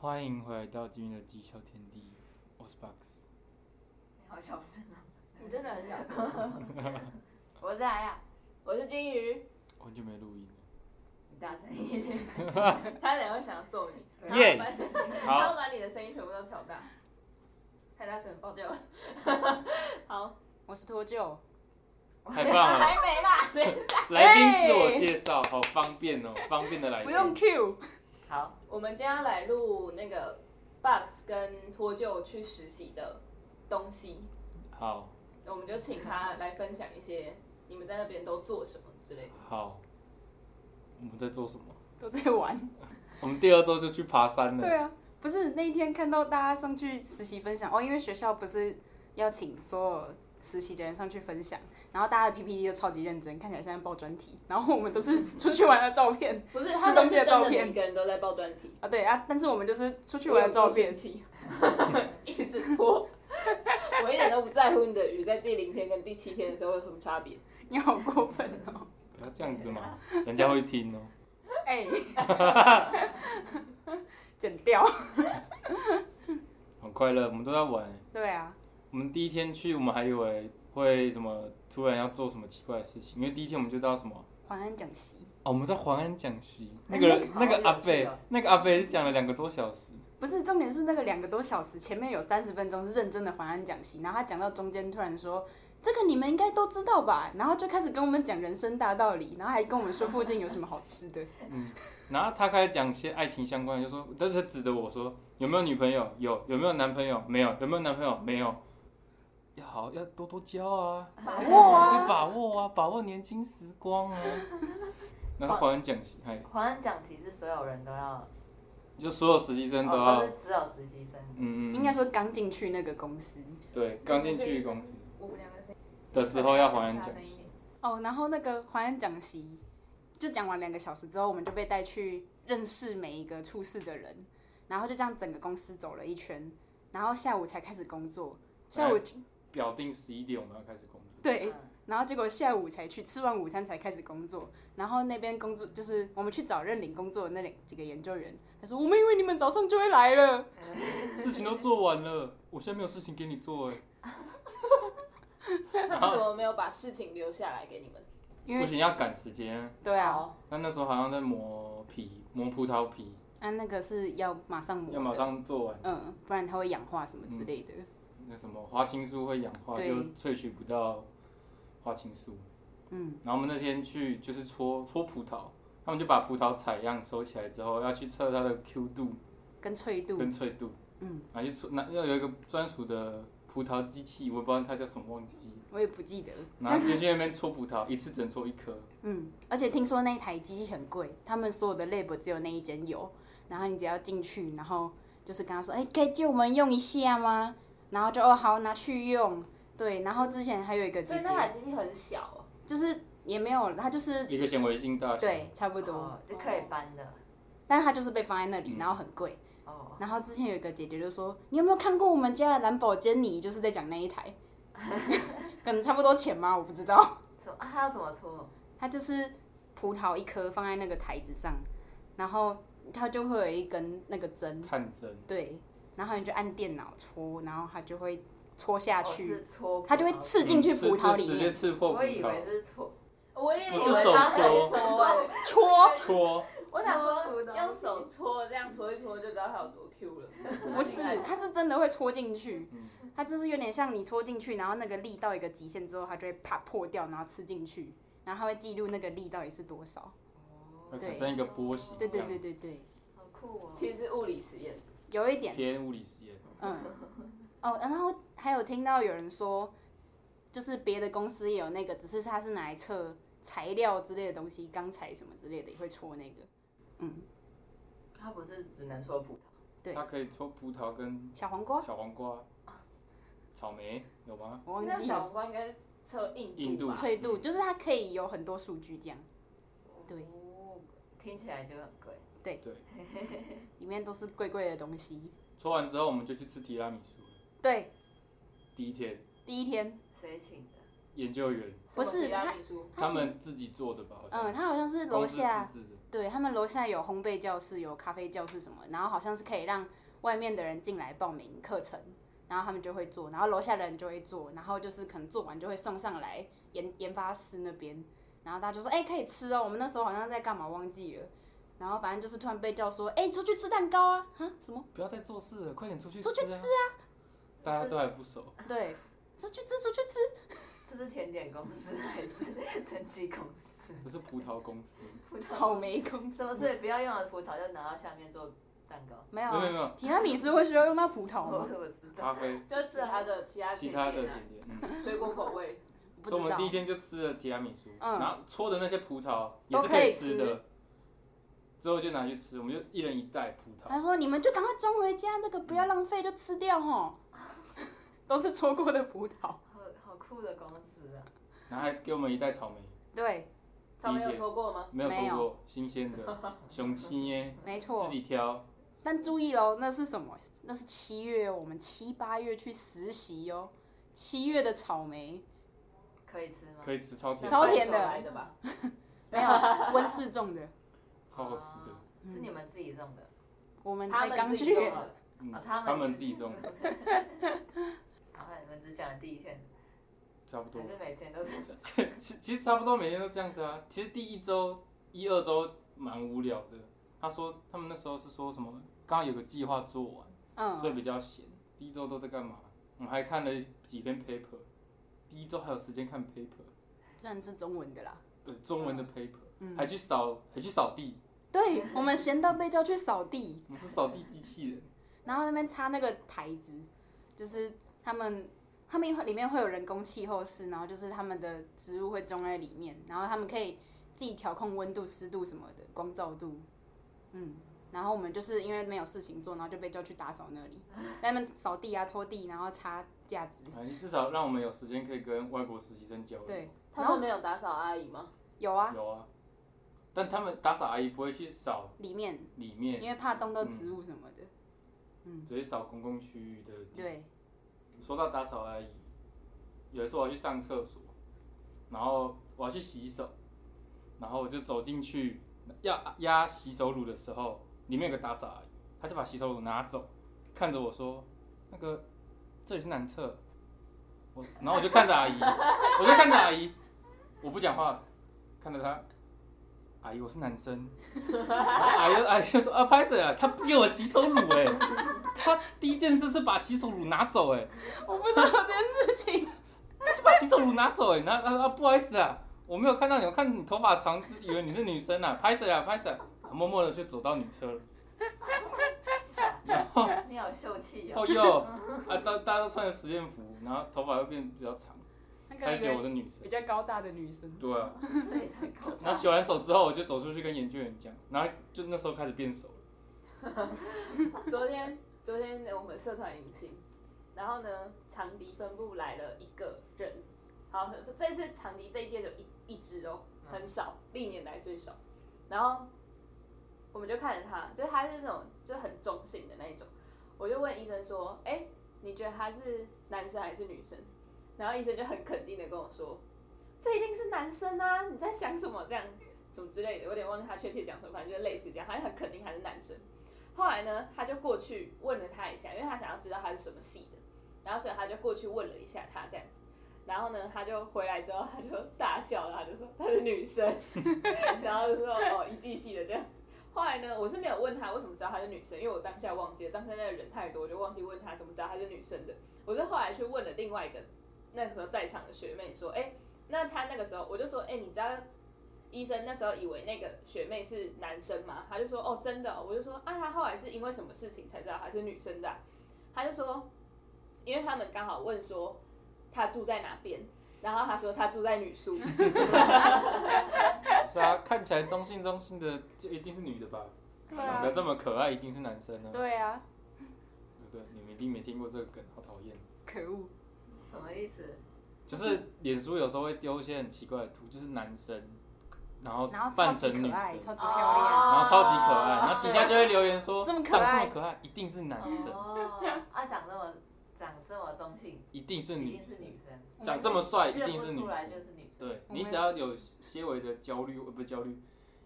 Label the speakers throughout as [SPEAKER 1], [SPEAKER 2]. [SPEAKER 1] 欢迎回来到今天的绩效天地，我是 Box。
[SPEAKER 2] 你好小声啊！
[SPEAKER 3] 你真的很想说。我是
[SPEAKER 2] 啊
[SPEAKER 3] 海呀，我是金鱼，
[SPEAKER 1] 很久没录音了，
[SPEAKER 2] 你大声一点。
[SPEAKER 3] 他等下会想要揍你，然
[SPEAKER 1] 耶
[SPEAKER 3] 后把他会把你的声音全部都调大，太大声了，爆掉了。好，
[SPEAKER 4] 我是脱臼，
[SPEAKER 1] 太棒了！
[SPEAKER 3] 还没啦，等一下。
[SPEAKER 1] 来宾自我介绍，好方便哦，方便的来宾。
[SPEAKER 4] 不用 Q。
[SPEAKER 3] 好，我们今天要来录那个 Box 跟脱臼去实习的东西，
[SPEAKER 1] 好，
[SPEAKER 3] 我们就请他来分享一些你们在那边都做什么之类的。
[SPEAKER 1] 好，我们在做什么？
[SPEAKER 4] 都在玩。
[SPEAKER 1] 我们第二周就去爬山了。
[SPEAKER 4] 对啊，不是那一天看到大家上去实习分享哦，因为学校不是要请所有实习的人上去分享，然后大家的 PPT 都超级认真，看起来像在报专题，然后我们都是出去玩的照片
[SPEAKER 3] 不是，他
[SPEAKER 4] 吃
[SPEAKER 3] 们
[SPEAKER 4] 东
[SPEAKER 3] 是
[SPEAKER 4] 西的
[SPEAKER 3] 真
[SPEAKER 4] 照
[SPEAKER 3] 的
[SPEAKER 4] 片
[SPEAKER 3] 每个人都在报专题，
[SPEAKER 4] 啊，对啊，但是我们就是出去玩的照
[SPEAKER 3] 我有
[SPEAKER 4] 片
[SPEAKER 3] 多生，气 一直拖。 我一点都不在乎你的鱼在第零天跟第七天的时候有什么差别。
[SPEAKER 4] 你好过分哦，
[SPEAKER 1] 不要这样子嘛，人家会听哦。
[SPEAKER 4] 哎、 剪掉，
[SPEAKER 1] 很快乐，我们都在玩。
[SPEAKER 4] 对啊，
[SPEAKER 1] 我们第一天去，我们还以为会什么突然要做什么奇怪的事情，因为第一天我们就到什么
[SPEAKER 4] 晚安讲习，
[SPEAKER 1] 哦，我们在黄安讲席，那
[SPEAKER 2] 哎
[SPEAKER 1] 个
[SPEAKER 2] 那
[SPEAKER 1] 人
[SPEAKER 2] 个好
[SPEAKER 1] 那个阿
[SPEAKER 2] 有趣
[SPEAKER 1] 贝
[SPEAKER 2] 哦，
[SPEAKER 1] 那个阿贝讲了两个多小时，
[SPEAKER 4] 不是，重点是那个两个多小时，前面有三十分钟是认真的还安讲习，然后他讲到中间突然说。这个你们应该都知道吧？然后就开始跟我们讲人生大道理，然后还跟我们说附近有什么好吃的。
[SPEAKER 1] 然后他开始讲一些爱情相关的，就说，但是指着我说，有没有女朋友？有，有没有男朋友？没有，有没有男朋友？没有。要好，要多多交啊，
[SPEAKER 4] 把握
[SPEAKER 1] 要
[SPEAKER 4] 啊！
[SPEAKER 1] 把握啊，把握年轻时光 啊。然后黄安讲席，哎，
[SPEAKER 2] 华安讲题是所有人都要，
[SPEAKER 1] 就所有实习生都
[SPEAKER 2] 哦
[SPEAKER 1] 要，
[SPEAKER 2] 都是只有实习生。
[SPEAKER 1] 嗯
[SPEAKER 4] 应
[SPEAKER 1] 嗯
[SPEAKER 4] 该
[SPEAKER 1] 嗯，
[SPEAKER 4] 说刚进去那个公司
[SPEAKER 1] 对，刚进去公司
[SPEAKER 3] 我们两个声音
[SPEAKER 1] 的时候要黄安讲
[SPEAKER 3] 大声一
[SPEAKER 1] 席
[SPEAKER 3] 点，
[SPEAKER 4] 哦，然后那个还安讲习就讲完两个小时之后，我们就被带去认识每一个处室的人，然后就这样整个公司走了一圈，然后下午才开始工作。下午
[SPEAKER 1] 表定十一点我们要开始工作，
[SPEAKER 4] 对，
[SPEAKER 2] 嗯
[SPEAKER 4] 然后结果下午才去吃完午餐才开始工作，然后那边工作就是我们去找认领工作的那两几个研究员，他说我们以为你们早上就会来了，
[SPEAKER 1] 事情都做完了，我现在没有事情给你做哎。
[SPEAKER 3] 他们怎么没有把事情留下来给你们？哦
[SPEAKER 4] 因
[SPEAKER 1] 不
[SPEAKER 4] 为
[SPEAKER 1] 行，要赶时间。
[SPEAKER 4] 对啊，
[SPEAKER 3] 好，
[SPEAKER 1] 那那时候好像在磨皮，磨葡萄皮，
[SPEAKER 4] 啊那个是要马上嗯磨的，
[SPEAKER 1] 要马上做完。
[SPEAKER 4] 嗯，不然它会氧化什么之类的。
[SPEAKER 1] 那什么花青素会氧化，
[SPEAKER 4] 对
[SPEAKER 1] 就萃取不到花青素。
[SPEAKER 4] 嗯，
[SPEAKER 1] 然后我们那天去就是搓搓葡萄，他们就把葡萄采样收起来之后，要去测它的 Q 度
[SPEAKER 4] 跟脆度，
[SPEAKER 1] 跟脆度。
[SPEAKER 4] 嗯，
[SPEAKER 1] 然后去搓，那要有一个专属的葡萄机器，我也不知道它叫什么，忘记。
[SPEAKER 4] 我也不记得，
[SPEAKER 1] 然后就去那边搓葡萄，一次只能搓一颗。
[SPEAKER 4] 嗯，而且听说那一台机器很贵，他们所有的 lab 只有那一间有，然后你只要进去，然后就是跟他说，哎、可以借我们用一下吗？然后就哦好，拿去用。对，然后之前还有一个
[SPEAKER 3] 所
[SPEAKER 4] 姐
[SPEAKER 3] 以那
[SPEAKER 4] 姐，
[SPEAKER 3] 台机器很小哦，
[SPEAKER 4] 就是也没有，她就是
[SPEAKER 1] 一个显微镜大小。
[SPEAKER 4] 嗯对，差不多，
[SPEAKER 2] 哦就可以搬的。
[SPEAKER 4] 但是她就是被放在那里，
[SPEAKER 1] 嗯
[SPEAKER 4] 然后很贵。
[SPEAKER 2] 哦，
[SPEAKER 4] 然后之前有一个姐姐就说，你有没有看过我们家的兰博基尼？就是在讲那一台，可能差不多钱吗？我不知道。
[SPEAKER 2] 搓啊，他要怎么搓？
[SPEAKER 4] 它就是葡萄一颗放在那个台子上，然后它就会有一根那个针，
[SPEAKER 1] 探针。
[SPEAKER 4] 对，然后你就按电脑戳，然后它就会戳下
[SPEAKER 2] 哦
[SPEAKER 4] 去，
[SPEAKER 2] 是搓，
[SPEAKER 4] 它就会。刺进去
[SPEAKER 1] 嗯
[SPEAKER 4] 葡萄
[SPEAKER 1] 直
[SPEAKER 4] 里
[SPEAKER 1] 直接
[SPEAKER 4] 面，
[SPEAKER 1] 刺破葡
[SPEAKER 2] 我以
[SPEAKER 1] 萄
[SPEAKER 2] 为，是搓，
[SPEAKER 3] 我也以
[SPEAKER 1] 不
[SPEAKER 3] 为
[SPEAKER 1] 是手
[SPEAKER 3] 他是
[SPEAKER 1] 搓
[SPEAKER 3] 搓，
[SPEAKER 4] 戳
[SPEAKER 1] 戳。
[SPEAKER 3] 我想说用手搓，这样搓一搓就知道它有多 Q 了。
[SPEAKER 4] 不是，它是真的会戳进去
[SPEAKER 1] 嗯，
[SPEAKER 4] 它就是有点像你戳进去，然后那个力到一个极限之后，它就会啪破掉，然后刺进去，然后它会记录那个力到底是多少。
[SPEAKER 1] 会产生一个波形，
[SPEAKER 4] 对对
[SPEAKER 1] 这
[SPEAKER 4] 对
[SPEAKER 1] 样
[SPEAKER 4] 对对，
[SPEAKER 2] 好酷哦。
[SPEAKER 3] 其实是物理实验，
[SPEAKER 4] 有一点。
[SPEAKER 1] 偏物理实验，
[SPEAKER 4] 嗯，哦，然后还有听到有人说，就是别的公司也有那个，只是它是拿来测材料之类的东西，钢材什么之类的也会戳那个。嗯，
[SPEAKER 2] 他不是只能搓葡萄，
[SPEAKER 4] 对哦
[SPEAKER 1] 它可以搓葡萄跟
[SPEAKER 4] 小黄瓜
[SPEAKER 1] 小黄瓜、草莓，有吗？
[SPEAKER 4] 我忘
[SPEAKER 3] 那
[SPEAKER 4] 记
[SPEAKER 3] 小
[SPEAKER 4] 了，
[SPEAKER 3] 黄瓜应该是测硬
[SPEAKER 1] 硬度
[SPEAKER 3] 吧
[SPEAKER 4] 脆度就是它可以有很多数据这样，对
[SPEAKER 2] 哦，听起来就很贵。
[SPEAKER 1] 对，
[SPEAKER 4] 里面都是贵贵的东西。
[SPEAKER 1] 搓完之后我们就去吃提拉米苏了。
[SPEAKER 4] 对，
[SPEAKER 1] 第一天，
[SPEAKER 4] 第一天
[SPEAKER 2] 谁请的？
[SPEAKER 1] 研究员
[SPEAKER 3] 什么
[SPEAKER 4] 不是
[SPEAKER 3] 提拉米苏
[SPEAKER 4] 它
[SPEAKER 1] 他
[SPEAKER 4] 其实
[SPEAKER 1] 们自己做的吧？好像
[SPEAKER 4] 嗯，它好像是楼
[SPEAKER 1] 公司
[SPEAKER 4] 下
[SPEAKER 1] 自制的，
[SPEAKER 4] 对他们楼下有烘焙教室、有咖啡教室什么，然后好像是可以让外面的人进来报名课程，然后他们就会做，然后楼下的人就会做，然后就是可能做完就会送上来研研发师那边，然后大家就说：“哎、可以吃哦。”我们那时候好像在干嘛忘记了，然后反正就是突然被叫说：“哎、出去吃蛋糕啊！”哈，什么？
[SPEAKER 1] 不要再做事了，快点出去
[SPEAKER 4] 出去
[SPEAKER 1] 吃啊！大家都还不熟，
[SPEAKER 4] 对，出去吃，出去吃。
[SPEAKER 2] 这是甜点公司还是 成绩公司？
[SPEAKER 1] 这是葡萄公司，
[SPEAKER 4] 草莓公
[SPEAKER 2] 什么
[SPEAKER 4] 司
[SPEAKER 2] 事不要用了葡萄就拿到下面做蛋糕？
[SPEAKER 4] 没有
[SPEAKER 1] 没有没有
[SPEAKER 4] 啊，
[SPEAKER 1] 没有
[SPEAKER 4] 提拉米苏会需要用到葡 萄
[SPEAKER 2] 我
[SPEAKER 4] 吗？
[SPEAKER 2] 我知道。
[SPEAKER 1] 咖啡，
[SPEAKER 3] 就吃它的其他
[SPEAKER 1] 其
[SPEAKER 3] 甜
[SPEAKER 1] 他的
[SPEAKER 3] 点啊
[SPEAKER 1] 甜点，嗯，
[SPEAKER 3] 水果口味，
[SPEAKER 4] 不
[SPEAKER 1] 所以我
[SPEAKER 4] 知
[SPEAKER 1] 们
[SPEAKER 4] 道
[SPEAKER 1] 第。一天就吃了提拉米苏，
[SPEAKER 4] 嗯
[SPEAKER 1] 然后搓的那些葡萄也
[SPEAKER 4] 都
[SPEAKER 1] 是
[SPEAKER 4] 可以
[SPEAKER 1] 以吃的，之后就拿去吃，我们就一人一袋葡萄，
[SPEAKER 4] 他说：“你们就赶快装回家，那个不要浪费，就吃掉吼。”都是戳过的葡萄。
[SPEAKER 2] 好好酷的公司啊！
[SPEAKER 1] 然后还给我们一袋草莓，
[SPEAKER 4] 对，
[SPEAKER 3] 草莓有抽过吗？
[SPEAKER 1] 没有
[SPEAKER 4] 没有
[SPEAKER 1] 说过新鲜 的，雄青耶，
[SPEAKER 4] 没
[SPEAKER 1] 自
[SPEAKER 4] 错。
[SPEAKER 1] 己挑，
[SPEAKER 4] 但注意喽，那是什么？那是七月哦，我们七八月去实习哦。七月的草莓
[SPEAKER 2] 可以吃吗？
[SPEAKER 1] 可以吃超甜，
[SPEAKER 4] 嗯超甜的
[SPEAKER 3] 那白酒来的吧？
[SPEAKER 4] 没有温室种的，
[SPEAKER 1] 超好吃
[SPEAKER 4] 哦
[SPEAKER 1] 的，
[SPEAKER 2] 哦是你们自己种的，
[SPEAKER 4] 我们
[SPEAKER 3] 他
[SPEAKER 4] 才
[SPEAKER 3] 们
[SPEAKER 4] 刚
[SPEAKER 3] 自己
[SPEAKER 4] 去
[SPEAKER 3] 做。的，
[SPEAKER 1] 嗯
[SPEAKER 2] 哦，他们
[SPEAKER 1] 自己种，的，
[SPEAKER 2] 好，啊你们只讲了第一天，
[SPEAKER 1] 差不多
[SPEAKER 2] 还。是每天都 是？
[SPEAKER 1] 其其实差不多每天都这样子啊。其实第一周、一二周蛮无聊的。他说他们那时候是说什么，刚刚有个计划做完，所以
[SPEAKER 4] 嗯，
[SPEAKER 1] 比较闲。第一周都在干嘛？我们还看了几篇 paper。第一周还有时间看 paper，
[SPEAKER 4] 虽然是中文的啦。
[SPEAKER 1] 对中文的 paper，、
[SPEAKER 4] 嗯
[SPEAKER 1] 还去扫，还去扫地。
[SPEAKER 4] 对，我们闲到被叫去扫地。
[SPEAKER 1] 我们是扫地机器 人，
[SPEAKER 4] 然后那边插那个台子，就是他们他们会里面会有人工气候室，然后就是他们的植物会种在里面，然后他们可以自己调控温度、湿度什么的，光照度，嗯。然后我们就是因为没有事情做，然后就被叫去打扫那里，在那边扫地啊、拖地，然后擦架子。
[SPEAKER 1] 反哎正至少让我们有时间可以跟外国实习生交流。
[SPEAKER 4] 对，然
[SPEAKER 3] 他
[SPEAKER 4] 后
[SPEAKER 3] 们没有打扫阿姨吗？
[SPEAKER 4] 有啊，
[SPEAKER 1] 有啊，但他们打扫阿姨不会去扫
[SPEAKER 4] 里面
[SPEAKER 1] 里面，
[SPEAKER 4] 因为怕动到植物什么的。
[SPEAKER 1] 只会扫公共区域的地
[SPEAKER 4] 对，
[SPEAKER 1] 说到打扫阿姨，有一次我要去上厕所，然后我要去洗手，然后我就走进去要压洗手乳的时候，里面有个打扫阿姨，她就把洗手乳拿走，看着我说：“那个这里是男厕。”我然后我就看着阿姨，我就看着阿姨，我不讲话，看着她。阿姨，我是男生。然后阿姨就阿姨就说：“啊，拍谁啊？她不给我洗手乳哎、她第一件事是把洗手乳拿走哎、
[SPEAKER 4] 我不知道这件事情。
[SPEAKER 1] 就把洗手乳拿走哎、欸，然后他说啊不好意思啊，我没有看到你，我看你头发长，以为你是女生啊，拍谁啊拍谁、啊，默默的就走到女车了。然后
[SPEAKER 2] 你好秀气哦！
[SPEAKER 1] 哦哟，啊大大家都穿着实验服，然后头发又变比较长，
[SPEAKER 4] 那
[SPEAKER 1] 他就觉得我
[SPEAKER 4] 个
[SPEAKER 1] 是女
[SPEAKER 4] 比
[SPEAKER 1] 生。
[SPEAKER 4] 较高大的女生，
[SPEAKER 1] 对啊，
[SPEAKER 2] 这也太搞
[SPEAKER 1] 然后洗完手之后，我就走出去跟研究员讲，然后就那时候开始变熟了。
[SPEAKER 3] 昨天昨天我们社团迎新，然后呢，长笛分部来了一个人，好，这次长笛这一届只有一一支哦，很少，历年来最少。然后我们就看着他，就是他是那种就很中性的那一种，我就问医生说，哎、你觉得他是男生还是女生？然后医生就很肯定的跟我说，这一定是男生啊，你在想什么这样什么之类的，我有点忘记他确切讲什么，反正就类似这样，他就很肯定他是男生。后来呢，他就过去问了他一下，因为他想要知道他是什么系的，然后所以他就过去问了一下他这样子。然后呢，他就回来之后，他就大笑了，他就说他是女生，然后就说哦，一季系的这样子。后来呢，我是没有问他为什么知道她是女生，因为我当下忘记了，当下那个人太多，我就忘记问他怎么知道她是女生的。我就后来去问了另外一个那时候在场的学妹说，哎、那他那个时候我就说，哎、你知道医生那时候以为那个学妹是男生嘛，他就说哦真的哦、我就说啊他后来是因为什么事情才知道她是女生的啊、他就说，因为他们刚好问说他住在哪边，然后他说他住在女 宿，
[SPEAKER 1] 是啊，看起来中性中性的就一定是女的吧？
[SPEAKER 4] 对啊
[SPEAKER 1] 长得这么可爱，一定是男生啊，对
[SPEAKER 4] 对啊，
[SPEAKER 1] 不对？你们一定没听过这个梗，好讨厌。
[SPEAKER 4] 可恶。
[SPEAKER 2] 什么意思？
[SPEAKER 1] 就是脸书有时候会丢一些很奇怪的图，就是男生，然后
[SPEAKER 4] 然后超
[SPEAKER 1] 哦扮
[SPEAKER 4] 级
[SPEAKER 1] 成女
[SPEAKER 4] 可爱，
[SPEAKER 1] 生，
[SPEAKER 4] 超级漂亮。
[SPEAKER 1] 然后超级可爱，
[SPEAKER 2] 哦
[SPEAKER 1] 然后底下就会留言说
[SPEAKER 4] 这么可
[SPEAKER 1] 长
[SPEAKER 4] 爱
[SPEAKER 1] 这么可爱，一定是男生，
[SPEAKER 2] 哦，啊，长这么长这么中性，
[SPEAKER 1] 一定是
[SPEAKER 2] 一
[SPEAKER 1] 女
[SPEAKER 2] 定是
[SPEAKER 1] 生，
[SPEAKER 2] 女生，
[SPEAKER 4] 我们
[SPEAKER 1] 长这么帅，一
[SPEAKER 2] 认
[SPEAKER 1] 定
[SPEAKER 2] 不
[SPEAKER 1] 是女
[SPEAKER 2] 出来
[SPEAKER 1] 生
[SPEAKER 2] 就。是女生。
[SPEAKER 1] 对
[SPEAKER 4] 我们
[SPEAKER 1] 你只要有些微的焦虑，呃，不是焦虑，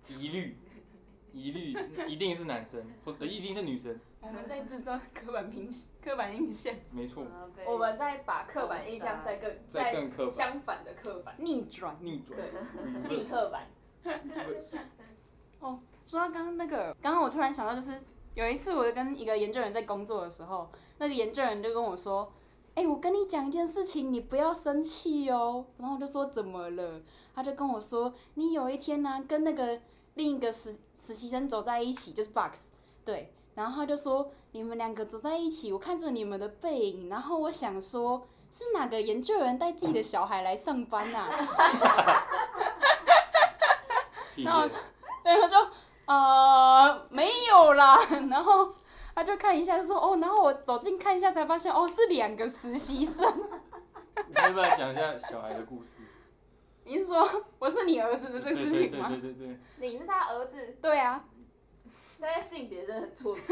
[SPEAKER 1] 疑虑，一律一定是男生，或者一定是女生，
[SPEAKER 4] 我们在制造刻板印刻板印象，
[SPEAKER 1] 没错，
[SPEAKER 2] 啊
[SPEAKER 3] 我们再把刻板印象再更
[SPEAKER 1] 再
[SPEAKER 3] 再
[SPEAKER 1] 更刻板，
[SPEAKER 3] 相反的刻板，
[SPEAKER 4] 逆转。
[SPEAKER 1] 逆转
[SPEAKER 3] 对，逆
[SPEAKER 1] reverse，
[SPEAKER 3] 刻板，
[SPEAKER 1] reverse
[SPEAKER 4] 说到刚刚那个，刚刚我突然想到，就是有一次我跟一个研究员在工作的时候，那个研究员就跟我说：“哎、我跟你讲一件事情，你不要生气哦。”然后我就说：“怎么了？”他就跟我说：“你有一天呢、跟那个另一个实实习生走在一起，就是 Box，对。”然后他就说：“你们两个走在一起，我看着你们的背影，然后我想说，是哪个研究员带自己的小孩来上班啊呐、
[SPEAKER 1] 毕业
[SPEAKER 4] 那对，他就呃没有啦， 然后他就看一下，就说哦，然后我走近看一下，才发现哦是两个实习生。
[SPEAKER 1] 你要不要讲一下小孩的故事？
[SPEAKER 4] 你是说我是你儿子的
[SPEAKER 1] 对
[SPEAKER 4] 这
[SPEAKER 1] 对
[SPEAKER 4] 个事
[SPEAKER 1] 对
[SPEAKER 4] 情吗？
[SPEAKER 1] 对对对，
[SPEAKER 3] 你是他儿子，
[SPEAKER 4] 对啊，
[SPEAKER 3] 大家性别真的很 错置。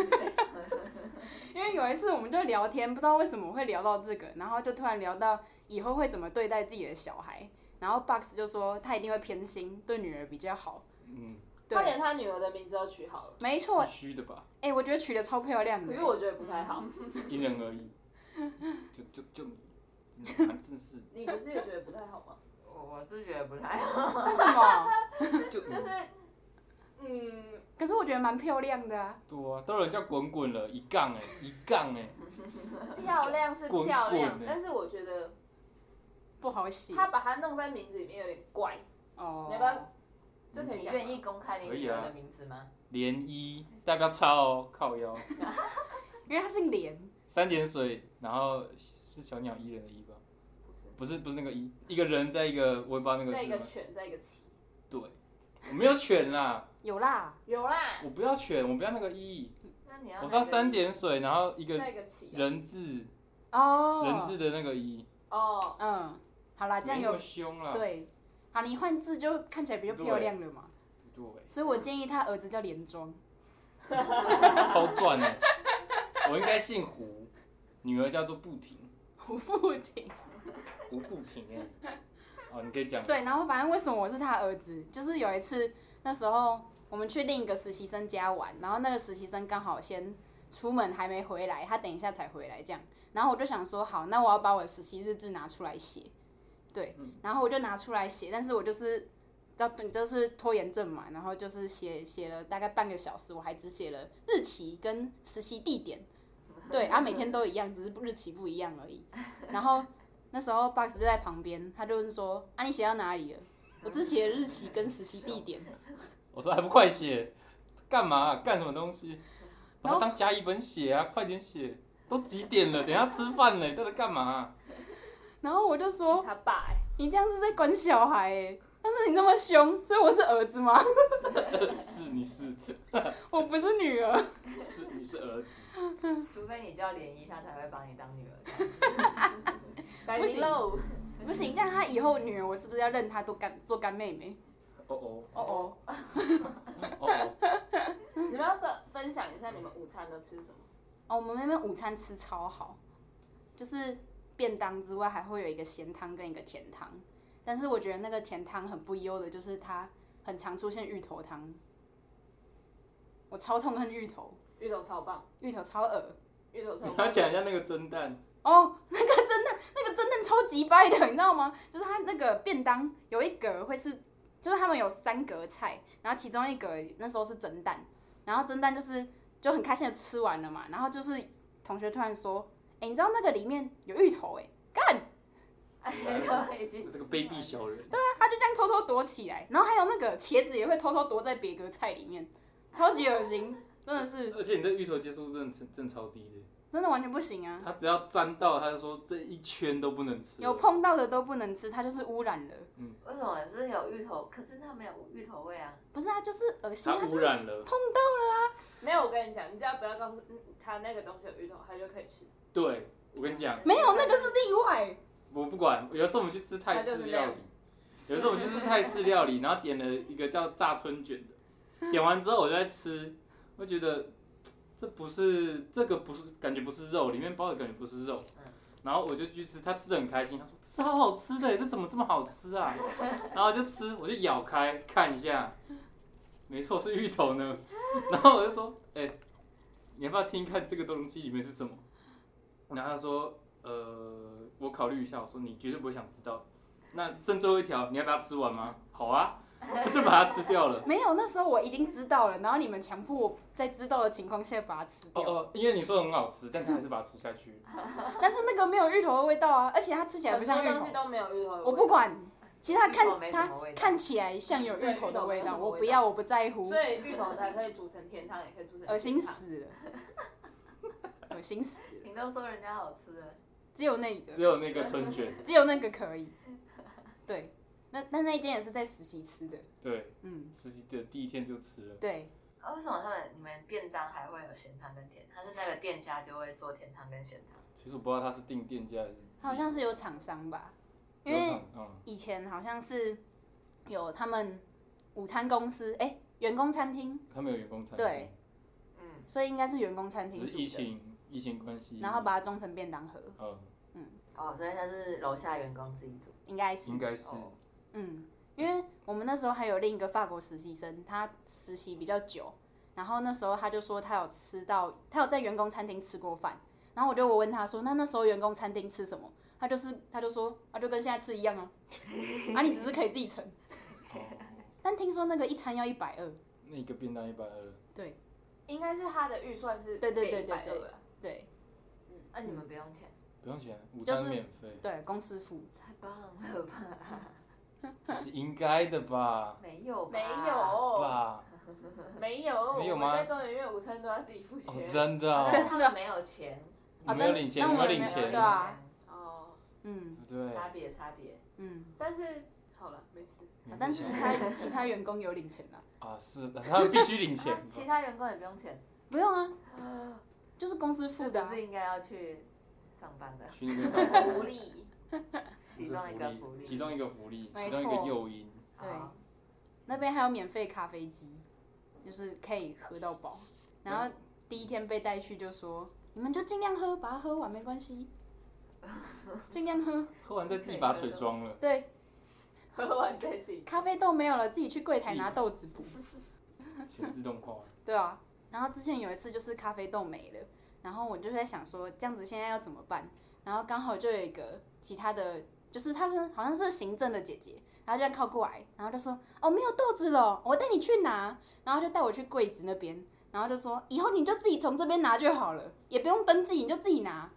[SPEAKER 4] 因为有一次我们就聊天，不知道为什么会聊到这个，然后就突然聊到以后会怎么对待自己的小孩，然后 Box 就说他一定会偏心，对女儿比较好。
[SPEAKER 1] 嗯，
[SPEAKER 3] 他
[SPEAKER 4] 对，
[SPEAKER 3] 连他女儿的名字都取好了，
[SPEAKER 4] 没错，
[SPEAKER 1] 必须的吧，
[SPEAKER 4] 哎、我觉得取得超漂亮
[SPEAKER 3] 可
[SPEAKER 4] 的
[SPEAKER 3] 是。我觉得不太好。
[SPEAKER 1] 因人而异，就就就你，你看真是，
[SPEAKER 3] 你不是也觉得不太好吗？
[SPEAKER 2] 我我是觉得不太好，
[SPEAKER 4] 为 什么？
[SPEAKER 1] 就
[SPEAKER 3] 就
[SPEAKER 1] 你
[SPEAKER 3] 是，嗯，
[SPEAKER 4] 可是我觉得蛮漂亮的啊。
[SPEAKER 1] 对啊，都有人叫滚滚了，一杠哎、一杠哎、
[SPEAKER 3] 漂亮是
[SPEAKER 1] 滚
[SPEAKER 3] 漂亮
[SPEAKER 1] 滚，欸
[SPEAKER 3] 但是我觉得
[SPEAKER 4] 不好写
[SPEAKER 3] 他把它弄在名字里面有点怪，
[SPEAKER 4] 哦，
[SPEAKER 3] 你要不要这可以
[SPEAKER 2] 你
[SPEAKER 3] 讲吗
[SPEAKER 2] 愿意公开你
[SPEAKER 1] 可以
[SPEAKER 2] 女儿
[SPEAKER 1] 啊
[SPEAKER 2] 的名字吗？
[SPEAKER 1] 涟漪，代表超哦，靠腰，
[SPEAKER 4] 因为他姓连，
[SPEAKER 1] 三点水，然后是小鸟依人的依吧？
[SPEAKER 3] 不
[SPEAKER 1] 不是
[SPEAKER 3] 是
[SPEAKER 1] 不是那个依，一个人在一个，我也不知道那个
[SPEAKER 3] 在
[SPEAKER 1] 字
[SPEAKER 3] 一
[SPEAKER 1] 什
[SPEAKER 3] 个
[SPEAKER 1] 么，
[SPEAKER 3] 犬，在一个旗，
[SPEAKER 1] 对，我没有犬啦，
[SPEAKER 4] 有啦，
[SPEAKER 3] 有啦，
[SPEAKER 1] 我不要犬，我不要那个依，
[SPEAKER 2] 那你要
[SPEAKER 1] 我
[SPEAKER 2] 那
[SPEAKER 1] 知道
[SPEAKER 2] 个
[SPEAKER 1] 三点水，然后一个
[SPEAKER 3] 在一个旗啊，
[SPEAKER 1] 人字，
[SPEAKER 4] 哦，
[SPEAKER 1] 人字的那个依，
[SPEAKER 3] 哦，
[SPEAKER 4] 嗯，好啦，这样
[SPEAKER 1] 没那啊
[SPEAKER 4] 有
[SPEAKER 1] 么凶啦，
[SPEAKER 4] 对，好，你换字就看起来比较漂亮了嘛。
[SPEAKER 1] 对，
[SPEAKER 4] 所以我建议他儿子叫连庄，
[SPEAKER 1] 超赚的，我应该姓胡，女儿叫做不停，
[SPEAKER 4] 胡不停。
[SPEAKER 1] 胡不停哎、哦，你可以讲，
[SPEAKER 4] 对，然后反正为什么我是他儿子，就是有一次那时候我们去另一个实习生家玩，然后那个实习生刚好先出门还没回来，他等一下才回来这样，然后我就想说好，那我要把我的实习日志拿出来写，对，然后我就拿出来写，但是我就是到就是拖延症嘛，然后就是写写了大概半个小时，我还只写了日期跟实习地点，对，啊每天都一样，只是日期不一样而已，然后。那时候 Box 就在旁边，他就是说：“啊，你写到哪里了？我只写日期跟实习地点。
[SPEAKER 1] 我说还不快写，干嘛啊、干什么东西？
[SPEAKER 4] 然
[SPEAKER 1] 然后
[SPEAKER 4] 后
[SPEAKER 1] 当甲乙本写啊，快点写，都几点了？等一下吃饭了，到底干嘛啊、”
[SPEAKER 4] 然后我就说
[SPEAKER 3] 他爸欸，：“
[SPEAKER 4] 你这样是在管小孩哎、但是你那么凶，所以我是儿子吗？
[SPEAKER 1] 是你是
[SPEAKER 4] 我不是女儿。
[SPEAKER 1] 是你是儿子，
[SPEAKER 2] 除非你叫莲漪，她才会把你当女儿。
[SPEAKER 3] 白
[SPEAKER 4] 不
[SPEAKER 3] 明
[SPEAKER 4] 行
[SPEAKER 3] 露，
[SPEAKER 4] 不行，这样他以后女儿，我是不是要认她做干做干妹妹？
[SPEAKER 1] 哦哦
[SPEAKER 4] 哦哦，
[SPEAKER 1] 哦哦，
[SPEAKER 3] 你们要分分享一下你们午餐都吃什么？
[SPEAKER 4] 哦，我们那边午餐吃超好，就是便当之外还会有一个咸汤跟一个甜汤，但是我觉得那个甜汤很不优的，就是它很常出现芋头汤，我超痛恨芋头。”
[SPEAKER 3] 芋头超棒，
[SPEAKER 4] 芋头超恶
[SPEAKER 3] 芋头超
[SPEAKER 1] 你
[SPEAKER 3] 棒
[SPEAKER 1] 要， 讲一下那个蒸蛋，
[SPEAKER 4] 哦，那个真的那个真的超级掰的，你知道吗？就是它那个便当有一格会是，就是他们有三格菜，然后其中一格那时候是蒸蛋，然后蒸蛋就是就很开心的吃完了嘛，然后就是同学突然说，哎、你知道那个里面有芋头哎、干！
[SPEAKER 2] 哎呦，已经
[SPEAKER 1] 这个卑鄙小人，
[SPEAKER 4] 他就这样偷偷躲起来，然后还有那个茄子也会偷偷躲在别格菜里面，超级恶心，真的是
[SPEAKER 1] 而且你对芋头接触真的真真超低的，
[SPEAKER 4] 真的完全不行啊！
[SPEAKER 1] 他只要沾到，他就说这一圈都不能吃，
[SPEAKER 4] 有碰到的都不能吃，它就是污染了。
[SPEAKER 2] 为什么是有芋头？可是它没有芋头味啊！
[SPEAKER 4] 不是啊，就是恶心，
[SPEAKER 1] 它
[SPEAKER 4] 它就
[SPEAKER 1] 污
[SPEAKER 4] 是
[SPEAKER 1] 染了，
[SPEAKER 3] 没有，我跟你讲，你只要不要告诉嗯他那个东西有芋头，他就可以吃。
[SPEAKER 1] 对我跟你讲。
[SPEAKER 4] 没有，那个是例外。
[SPEAKER 1] 我不管，有一次我们去吃泰式料理，有一次我们去吃泰式料理，然后点了一个叫炸春卷的，点完之后我就在吃，我觉得这不是这个不是感觉不是肉，里面包的感觉不是肉
[SPEAKER 2] 嗯，
[SPEAKER 1] 然后我就去吃，他吃的很开心，他说这好好吃的，这怎么这么好吃啊？然后就吃，我就咬开看一下，没错是芋头呢。 然后我就说，哎、你要不要听看这个东西里面是什么？然后他说，呃，我考虑一下。我说你绝对不会想知道。那剩最后一条，你要把它吃完吗？好啊， 我就把它吃掉了。
[SPEAKER 4] 没有，那时候我已经知道了，然后你们强迫我在知道的情况下把它吃
[SPEAKER 1] 哦
[SPEAKER 4] 掉，
[SPEAKER 1] 哦，因为你说很好吃，但他还是把它吃下 去。
[SPEAKER 4] 但是那个没有芋头的味道啊，而且它吃起来
[SPEAKER 3] 很
[SPEAKER 4] 不
[SPEAKER 3] 多
[SPEAKER 4] 像芋
[SPEAKER 3] 东
[SPEAKER 4] 头
[SPEAKER 3] 西，都没有芋头的味道。
[SPEAKER 4] 我不管。其实它
[SPEAKER 2] 芋头没
[SPEAKER 4] 看
[SPEAKER 2] 什么
[SPEAKER 4] 它
[SPEAKER 2] 味道
[SPEAKER 4] 看起来像有芋头的味道，我不要，我不在乎，
[SPEAKER 3] 所以芋头才可以煮成甜汤，也可以煮成
[SPEAKER 4] 恶心
[SPEAKER 3] 咸汤。
[SPEAKER 4] 死了，恶心死了，
[SPEAKER 2] 你都说人家好吃了，
[SPEAKER 4] 只有那个
[SPEAKER 1] 只有那个春卷，
[SPEAKER 4] 只有那个可以，对，那那那一间也是在实习吃的，
[SPEAKER 1] 对，
[SPEAKER 4] 嗯，
[SPEAKER 1] 实习的第一天就吃了。
[SPEAKER 4] 对，
[SPEAKER 2] 啊，为什么他们你们便当还会有咸汤跟甜？他是那个店家就会做甜汤跟咸汤。
[SPEAKER 1] 其实我不知道他是定店家还是
[SPEAKER 4] 它好像是有厂商吧，因
[SPEAKER 1] 有
[SPEAKER 4] 为
[SPEAKER 1] 厂嗯
[SPEAKER 4] 以前好像是有他们午餐公司，哎、员工餐厅，
[SPEAKER 1] 他们有员工餐厅
[SPEAKER 4] 对，
[SPEAKER 2] 嗯，
[SPEAKER 4] 所以应该是员工餐厅
[SPEAKER 1] 只
[SPEAKER 4] 煮
[SPEAKER 1] 是疫
[SPEAKER 4] 的，
[SPEAKER 1] 情疫情关系，
[SPEAKER 4] 然后把它装成便当盒，
[SPEAKER 1] 嗯，
[SPEAKER 2] 哦，所以他是楼下员工自己煮。
[SPEAKER 4] 应该是
[SPEAKER 1] 应，该是
[SPEAKER 2] 哦
[SPEAKER 4] 嗯，因为我们那时候还有另一个法国实习生，他实习比较久，然后那时候他就说他有吃到，他有在员工餐厅吃过饭，然后我就我问他说，那那时候员工餐厅吃什么？他就是他就说，啊，就跟现在吃一 样啊，啊，你只是可以自己盛，
[SPEAKER 1] 哦，
[SPEAKER 4] 但听说那个一餐要一百二，
[SPEAKER 1] 那一个便当一百二，
[SPEAKER 4] 对
[SPEAKER 3] 应该是它的预算是
[SPEAKER 4] 对对对
[SPEAKER 3] 给120
[SPEAKER 4] 对
[SPEAKER 3] 啦
[SPEAKER 4] 对
[SPEAKER 2] 那、啊你们不用钱，
[SPEAKER 1] 不用钱，午
[SPEAKER 4] 就
[SPEAKER 1] 餐
[SPEAKER 4] 是
[SPEAKER 1] 免费，
[SPEAKER 4] 对，公司付。
[SPEAKER 2] 太棒了吧？
[SPEAKER 1] 这是应该的吧？
[SPEAKER 2] 没有吧，
[SPEAKER 3] 没
[SPEAKER 4] 哦
[SPEAKER 3] 有，
[SPEAKER 1] 吧，
[SPEAKER 3] 啊嗯没有，
[SPEAKER 1] 没有
[SPEAKER 3] 我
[SPEAKER 1] 吗
[SPEAKER 3] 们在中研院午餐都要自己付钱。
[SPEAKER 1] 哦，真的哦，
[SPEAKER 2] 但
[SPEAKER 4] 真
[SPEAKER 2] 是
[SPEAKER 4] 的
[SPEAKER 2] 他们没有钱，
[SPEAKER 1] 你没有领钱，你没有领
[SPEAKER 4] 那我们
[SPEAKER 1] 钱
[SPEAKER 4] 对，啊
[SPEAKER 3] 哦，
[SPEAKER 4] 嗯
[SPEAKER 1] 对，啊
[SPEAKER 2] 差别差别。
[SPEAKER 4] 嗯，
[SPEAKER 3] 但是好了，没事。
[SPEAKER 1] 你
[SPEAKER 4] 但
[SPEAKER 1] 不
[SPEAKER 4] 其
[SPEAKER 1] 想
[SPEAKER 4] 他其他员工有领钱啊？
[SPEAKER 1] 啊是，他们必须领
[SPEAKER 2] 啊
[SPEAKER 1] 钱，
[SPEAKER 2] 其他员工也不用钱，
[SPEAKER 4] 不用啊，就是公司付
[SPEAKER 2] 是
[SPEAKER 4] 的、
[SPEAKER 2] 不
[SPEAKER 4] 啊。
[SPEAKER 2] 是应该要去上班的？
[SPEAKER 1] 去那边上班
[SPEAKER 3] 福利，
[SPEAKER 2] 其中一个福利，
[SPEAKER 1] 其中一个福利，
[SPEAKER 4] 没
[SPEAKER 1] 其中一个
[SPEAKER 4] 错
[SPEAKER 1] 诱因，
[SPEAKER 2] 好
[SPEAKER 4] 对 那边还有免费咖啡机，就是可以喝到饱。然后第一天被带去就说，你们就尽量喝，把它喝完没关系，尽量喝。
[SPEAKER 1] 喝完再自己把水装了，
[SPEAKER 4] 对，
[SPEAKER 3] 喝完再自己。
[SPEAKER 4] 咖啡豆没有了，自己去柜台拿豆子补。
[SPEAKER 1] 全自动化，
[SPEAKER 4] 对啊，然后之前有一次就是咖啡豆没了，然后我就在想说这样子现在要怎么办，然后刚好就有一个其他的，就是她是好像是行政的姐姐，然后就这样靠过来，然后就说哦没有豆子了，我带你去拿，然后就带我去柜子那边，然后就说以后你就自己从这边拿就好了，也不用登记，你就自己拿。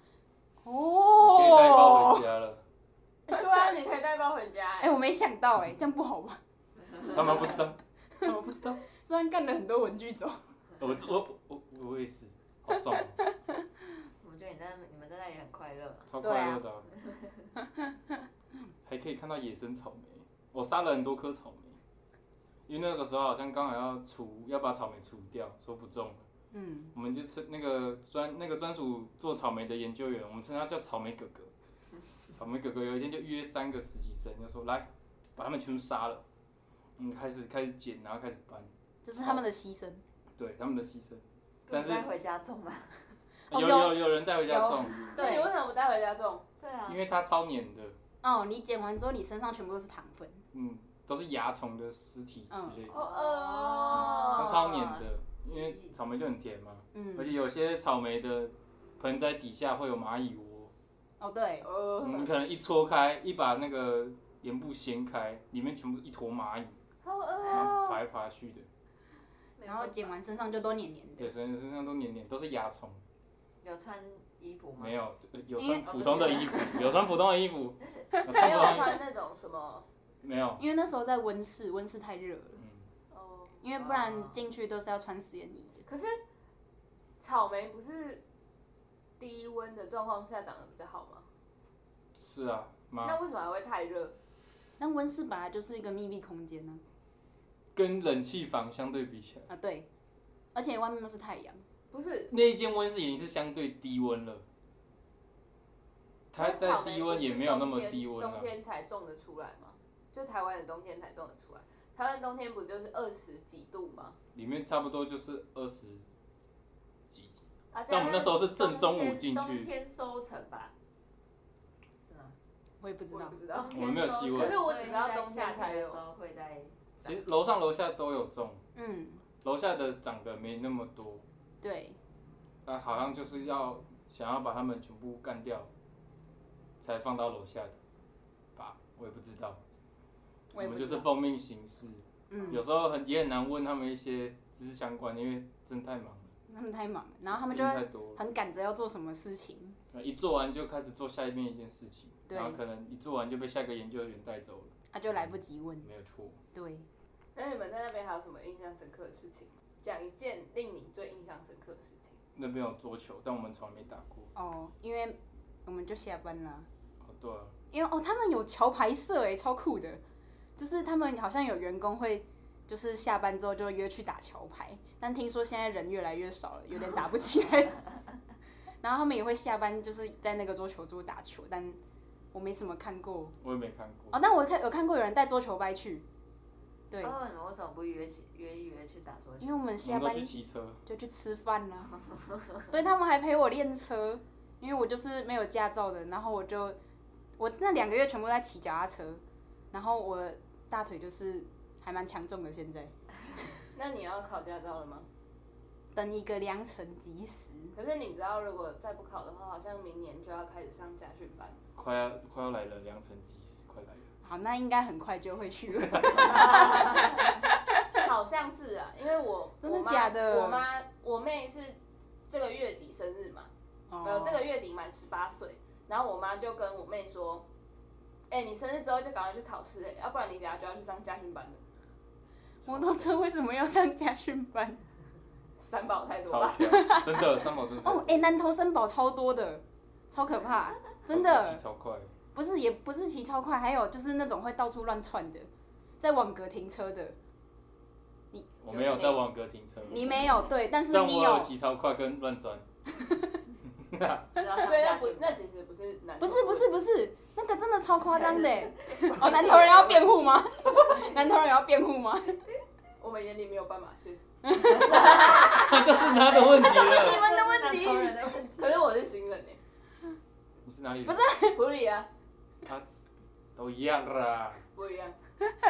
[SPEAKER 1] 可以带包
[SPEAKER 4] 哦
[SPEAKER 1] 回，家了，
[SPEAKER 3] 对啊，你可以带包回家。
[SPEAKER 4] 哎、
[SPEAKER 3] 哎，
[SPEAKER 4] 我没想到哎、这样不好吧？
[SPEAKER 1] 他们不知道，他们不知道。
[SPEAKER 4] 虽然干了很多文具走，
[SPEAKER 1] 我我我我也是，好爽哦，
[SPEAKER 2] 我觉得你在你们在那里很快乐。
[SPEAKER 1] 超快乐的啊、还可以看到野生草莓。我杀了很多颗草莓，因为那个时候好像刚好要除，要把草莓除掉，说不种了。
[SPEAKER 4] 嗯，
[SPEAKER 1] 我们就称那个专那个专属做草莓的研究员，我们称他叫草莓 哥哥。草莓哥哥有一天就约三个实习生，就说来把他们全部杀了。我们开始开始剪，然后开始搬，
[SPEAKER 4] 这是他们的牺牲。
[SPEAKER 1] 对他们的牺牲。但是
[SPEAKER 2] 该回家种吗？
[SPEAKER 4] 哦
[SPEAKER 1] 有
[SPEAKER 4] 有
[SPEAKER 1] 有有人带回家
[SPEAKER 4] 有
[SPEAKER 1] 种，
[SPEAKER 3] 那你为什么不带回家种？
[SPEAKER 2] 对啊
[SPEAKER 1] 因，为它超黏的。
[SPEAKER 4] 哦，你剪完之后你身上全部都是糖分。
[SPEAKER 1] 嗯，都是蚜虫的尸体之类的，
[SPEAKER 3] 好饿
[SPEAKER 1] 嗯
[SPEAKER 3] 哦
[SPEAKER 1] 都超黏的，因为草莓就很甜嘛，
[SPEAKER 4] 嗯
[SPEAKER 1] 而，且有些草莓的盆栽底下会有蚂蚁窝，
[SPEAKER 4] 哦对，
[SPEAKER 1] 我们
[SPEAKER 3] 呃，
[SPEAKER 1] 可能一戳开，一把那个帘布掀开，里面全部一坨蚂蚁，
[SPEAKER 3] 好饿
[SPEAKER 1] 然后爬
[SPEAKER 3] 哦。
[SPEAKER 1] 来爬去的，
[SPEAKER 4] 然后剪完身上就都黏黏
[SPEAKER 1] 对，
[SPEAKER 4] 的。
[SPEAKER 1] 身身上都黏黏，都是蚜虫，
[SPEAKER 2] 有穿衣服吗？
[SPEAKER 1] 没有呃有
[SPEAKER 4] 因为
[SPEAKER 1] 穿普通的衣 服，有穿普通的衣服，有
[SPEAKER 3] 没
[SPEAKER 1] 穿
[SPEAKER 3] 有啊
[SPEAKER 1] 普通的衣
[SPEAKER 3] 穿那种什么，
[SPEAKER 1] 服，没有，
[SPEAKER 4] 因为那时候在温室，温室太热了，
[SPEAKER 1] 嗯，
[SPEAKER 3] 哦，
[SPEAKER 4] 因为不然进去都是要穿实验衣的。
[SPEAKER 3] 可是草莓不是低温的状况下长得比较好吗？
[SPEAKER 1] 是啊，
[SPEAKER 3] 那
[SPEAKER 1] 妈，
[SPEAKER 3] 为什么还会太热？
[SPEAKER 4] 但温室本来就是一个密闭空间呢、
[SPEAKER 1] 跟冷气房相对比起来，
[SPEAKER 4] 啊。对，而且外面都是太阳。
[SPEAKER 3] 不是，
[SPEAKER 1] 那一间温室已经是相对低温了，它
[SPEAKER 3] 那草
[SPEAKER 1] 在
[SPEAKER 3] 莓
[SPEAKER 1] 低温也没有那么低
[SPEAKER 3] 不
[SPEAKER 1] 温啊
[SPEAKER 3] 是冬天
[SPEAKER 1] 了、
[SPEAKER 3] 冬天才种得出来吗？就台湾的冬天才种得出来。台湾冬天不就是二十几度吗？
[SPEAKER 1] 里面差不多就是二十几，
[SPEAKER 3] 啊，
[SPEAKER 1] 但我们那时候是正中午进
[SPEAKER 2] 冬
[SPEAKER 1] 去，
[SPEAKER 2] 天收成吧？是吗？
[SPEAKER 4] 我也不知
[SPEAKER 3] 我也
[SPEAKER 4] 道
[SPEAKER 3] 不，知道。
[SPEAKER 1] 我们没有细问
[SPEAKER 3] 可是我只知道冬天才有
[SPEAKER 2] 的时候会在这
[SPEAKER 1] 其
[SPEAKER 2] 样。
[SPEAKER 1] 实楼上楼下都有种，
[SPEAKER 4] 嗯，
[SPEAKER 1] 楼下的长得没那么多，
[SPEAKER 4] 对，
[SPEAKER 1] 那好像就是要想要把它们全部干掉，才放到楼下的吧，我也不知道。
[SPEAKER 4] 我也
[SPEAKER 1] 们
[SPEAKER 4] 不
[SPEAKER 1] 就
[SPEAKER 4] 知
[SPEAKER 1] 是
[SPEAKER 4] 道，
[SPEAKER 1] 奉命行事，
[SPEAKER 4] 嗯，
[SPEAKER 1] 有时候很也很难问他们一些知识相关，因为真的太忙了，
[SPEAKER 4] 他们太忙了，然后他们
[SPEAKER 1] 事
[SPEAKER 4] 就
[SPEAKER 1] 情
[SPEAKER 4] 会
[SPEAKER 1] 太多了，
[SPEAKER 4] 很赶着要做什么事情，
[SPEAKER 1] 一做完就开始做下一面一件事情，
[SPEAKER 4] 对
[SPEAKER 1] 然后可能一做完就被下一个研究员带走了，
[SPEAKER 4] 啊他就来不及问。
[SPEAKER 1] 没有错。
[SPEAKER 4] 对，
[SPEAKER 3] 那你们在那边还有什么印象深刻的事情吗？讲一件令你最印象深刻的事情。
[SPEAKER 1] 那边有桌球，但我们从来没打过。
[SPEAKER 4] 哦，因为我们就下班了。
[SPEAKER 1] 哦，对啊，
[SPEAKER 4] 因为哦，他们有桥牌社哎，超酷的，就是他们好像有员工会，就是下班之后就约去打桥牌，但听说现在人越来越少了，有点打不起来。然后他们也会下班就是在那个桌球桌打球，但我没什么看过
[SPEAKER 1] 我也没看过。
[SPEAKER 4] 哦，但我看有看过有人带桌球拍去，对，
[SPEAKER 2] 哦，你们为什么不约起约一约去打桌球
[SPEAKER 4] 因？为我们
[SPEAKER 1] 我
[SPEAKER 4] 下
[SPEAKER 1] 们都
[SPEAKER 4] 班
[SPEAKER 1] 去骑车，
[SPEAKER 4] 就去吃饭啦、 对他们还陪我练车，因为我就是没有驾照的，然后我就我那两个月全部在骑脚踏车，然后我大腿就是还蛮强壮的，现在
[SPEAKER 3] 那你要考驾照了吗？
[SPEAKER 4] 等一个良辰吉时，
[SPEAKER 3] 可是你知道，如果再不考的话，好像明年就要开始上驾训班。
[SPEAKER 1] 快要快要来了，良辰吉时快来了。
[SPEAKER 4] 好，那应该很快就会去 了。
[SPEAKER 3] 好像是啊，因为我
[SPEAKER 4] 真的
[SPEAKER 3] 我妈
[SPEAKER 4] 假的
[SPEAKER 3] 我妈我妹是这个月底生日嘛，
[SPEAKER 4] 哦
[SPEAKER 3] 呃，这个月底满十八岁，然后我妈就跟我妹说，哎、你生日之后就赶快去考试、哎，要不然你等下就要去上家训班了，
[SPEAKER 4] 摩托车为什么要上家训 班？
[SPEAKER 3] 三宝太多
[SPEAKER 1] 超
[SPEAKER 3] 吧。
[SPEAKER 1] 强，真的三宝真的 太
[SPEAKER 4] 哦，哎、南投三宝超多的，超可怕，真
[SPEAKER 1] 我
[SPEAKER 4] 的
[SPEAKER 1] 骑超快，
[SPEAKER 4] 不是也不是骑超快，还有就是那种会到处乱窜的，在网格停车的。
[SPEAKER 1] 我没有在网格停车，
[SPEAKER 4] 你没有对，但是
[SPEAKER 1] 但
[SPEAKER 4] 你
[SPEAKER 1] 我
[SPEAKER 4] 有
[SPEAKER 1] 有骑超快跟乱钻。嗯
[SPEAKER 2] 所以
[SPEAKER 3] 所以那不，那其实不是男，
[SPEAKER 4] 不是不，是不是，那个真的超夸张的欸。 哦，南投 人要辩护吗？ 南投人要辩护吗？
[SPEAKER 3] 我们眼里没有斑马线，
[SPEAKER 1] 那 就是他的问题 了。
[SPEAKER 4] 们的问题
[SPEAKER 2] 题。
[SPEAKER 3] 可是我是行人哎、
[SPEAKER 1] 你是哪里人？
[SPEAKER 4] 不 是
[SPEAKER 3] 狐狸啊，
[SPEAKER 1] 都一样啦，
[SPEAKER 3] 不一样，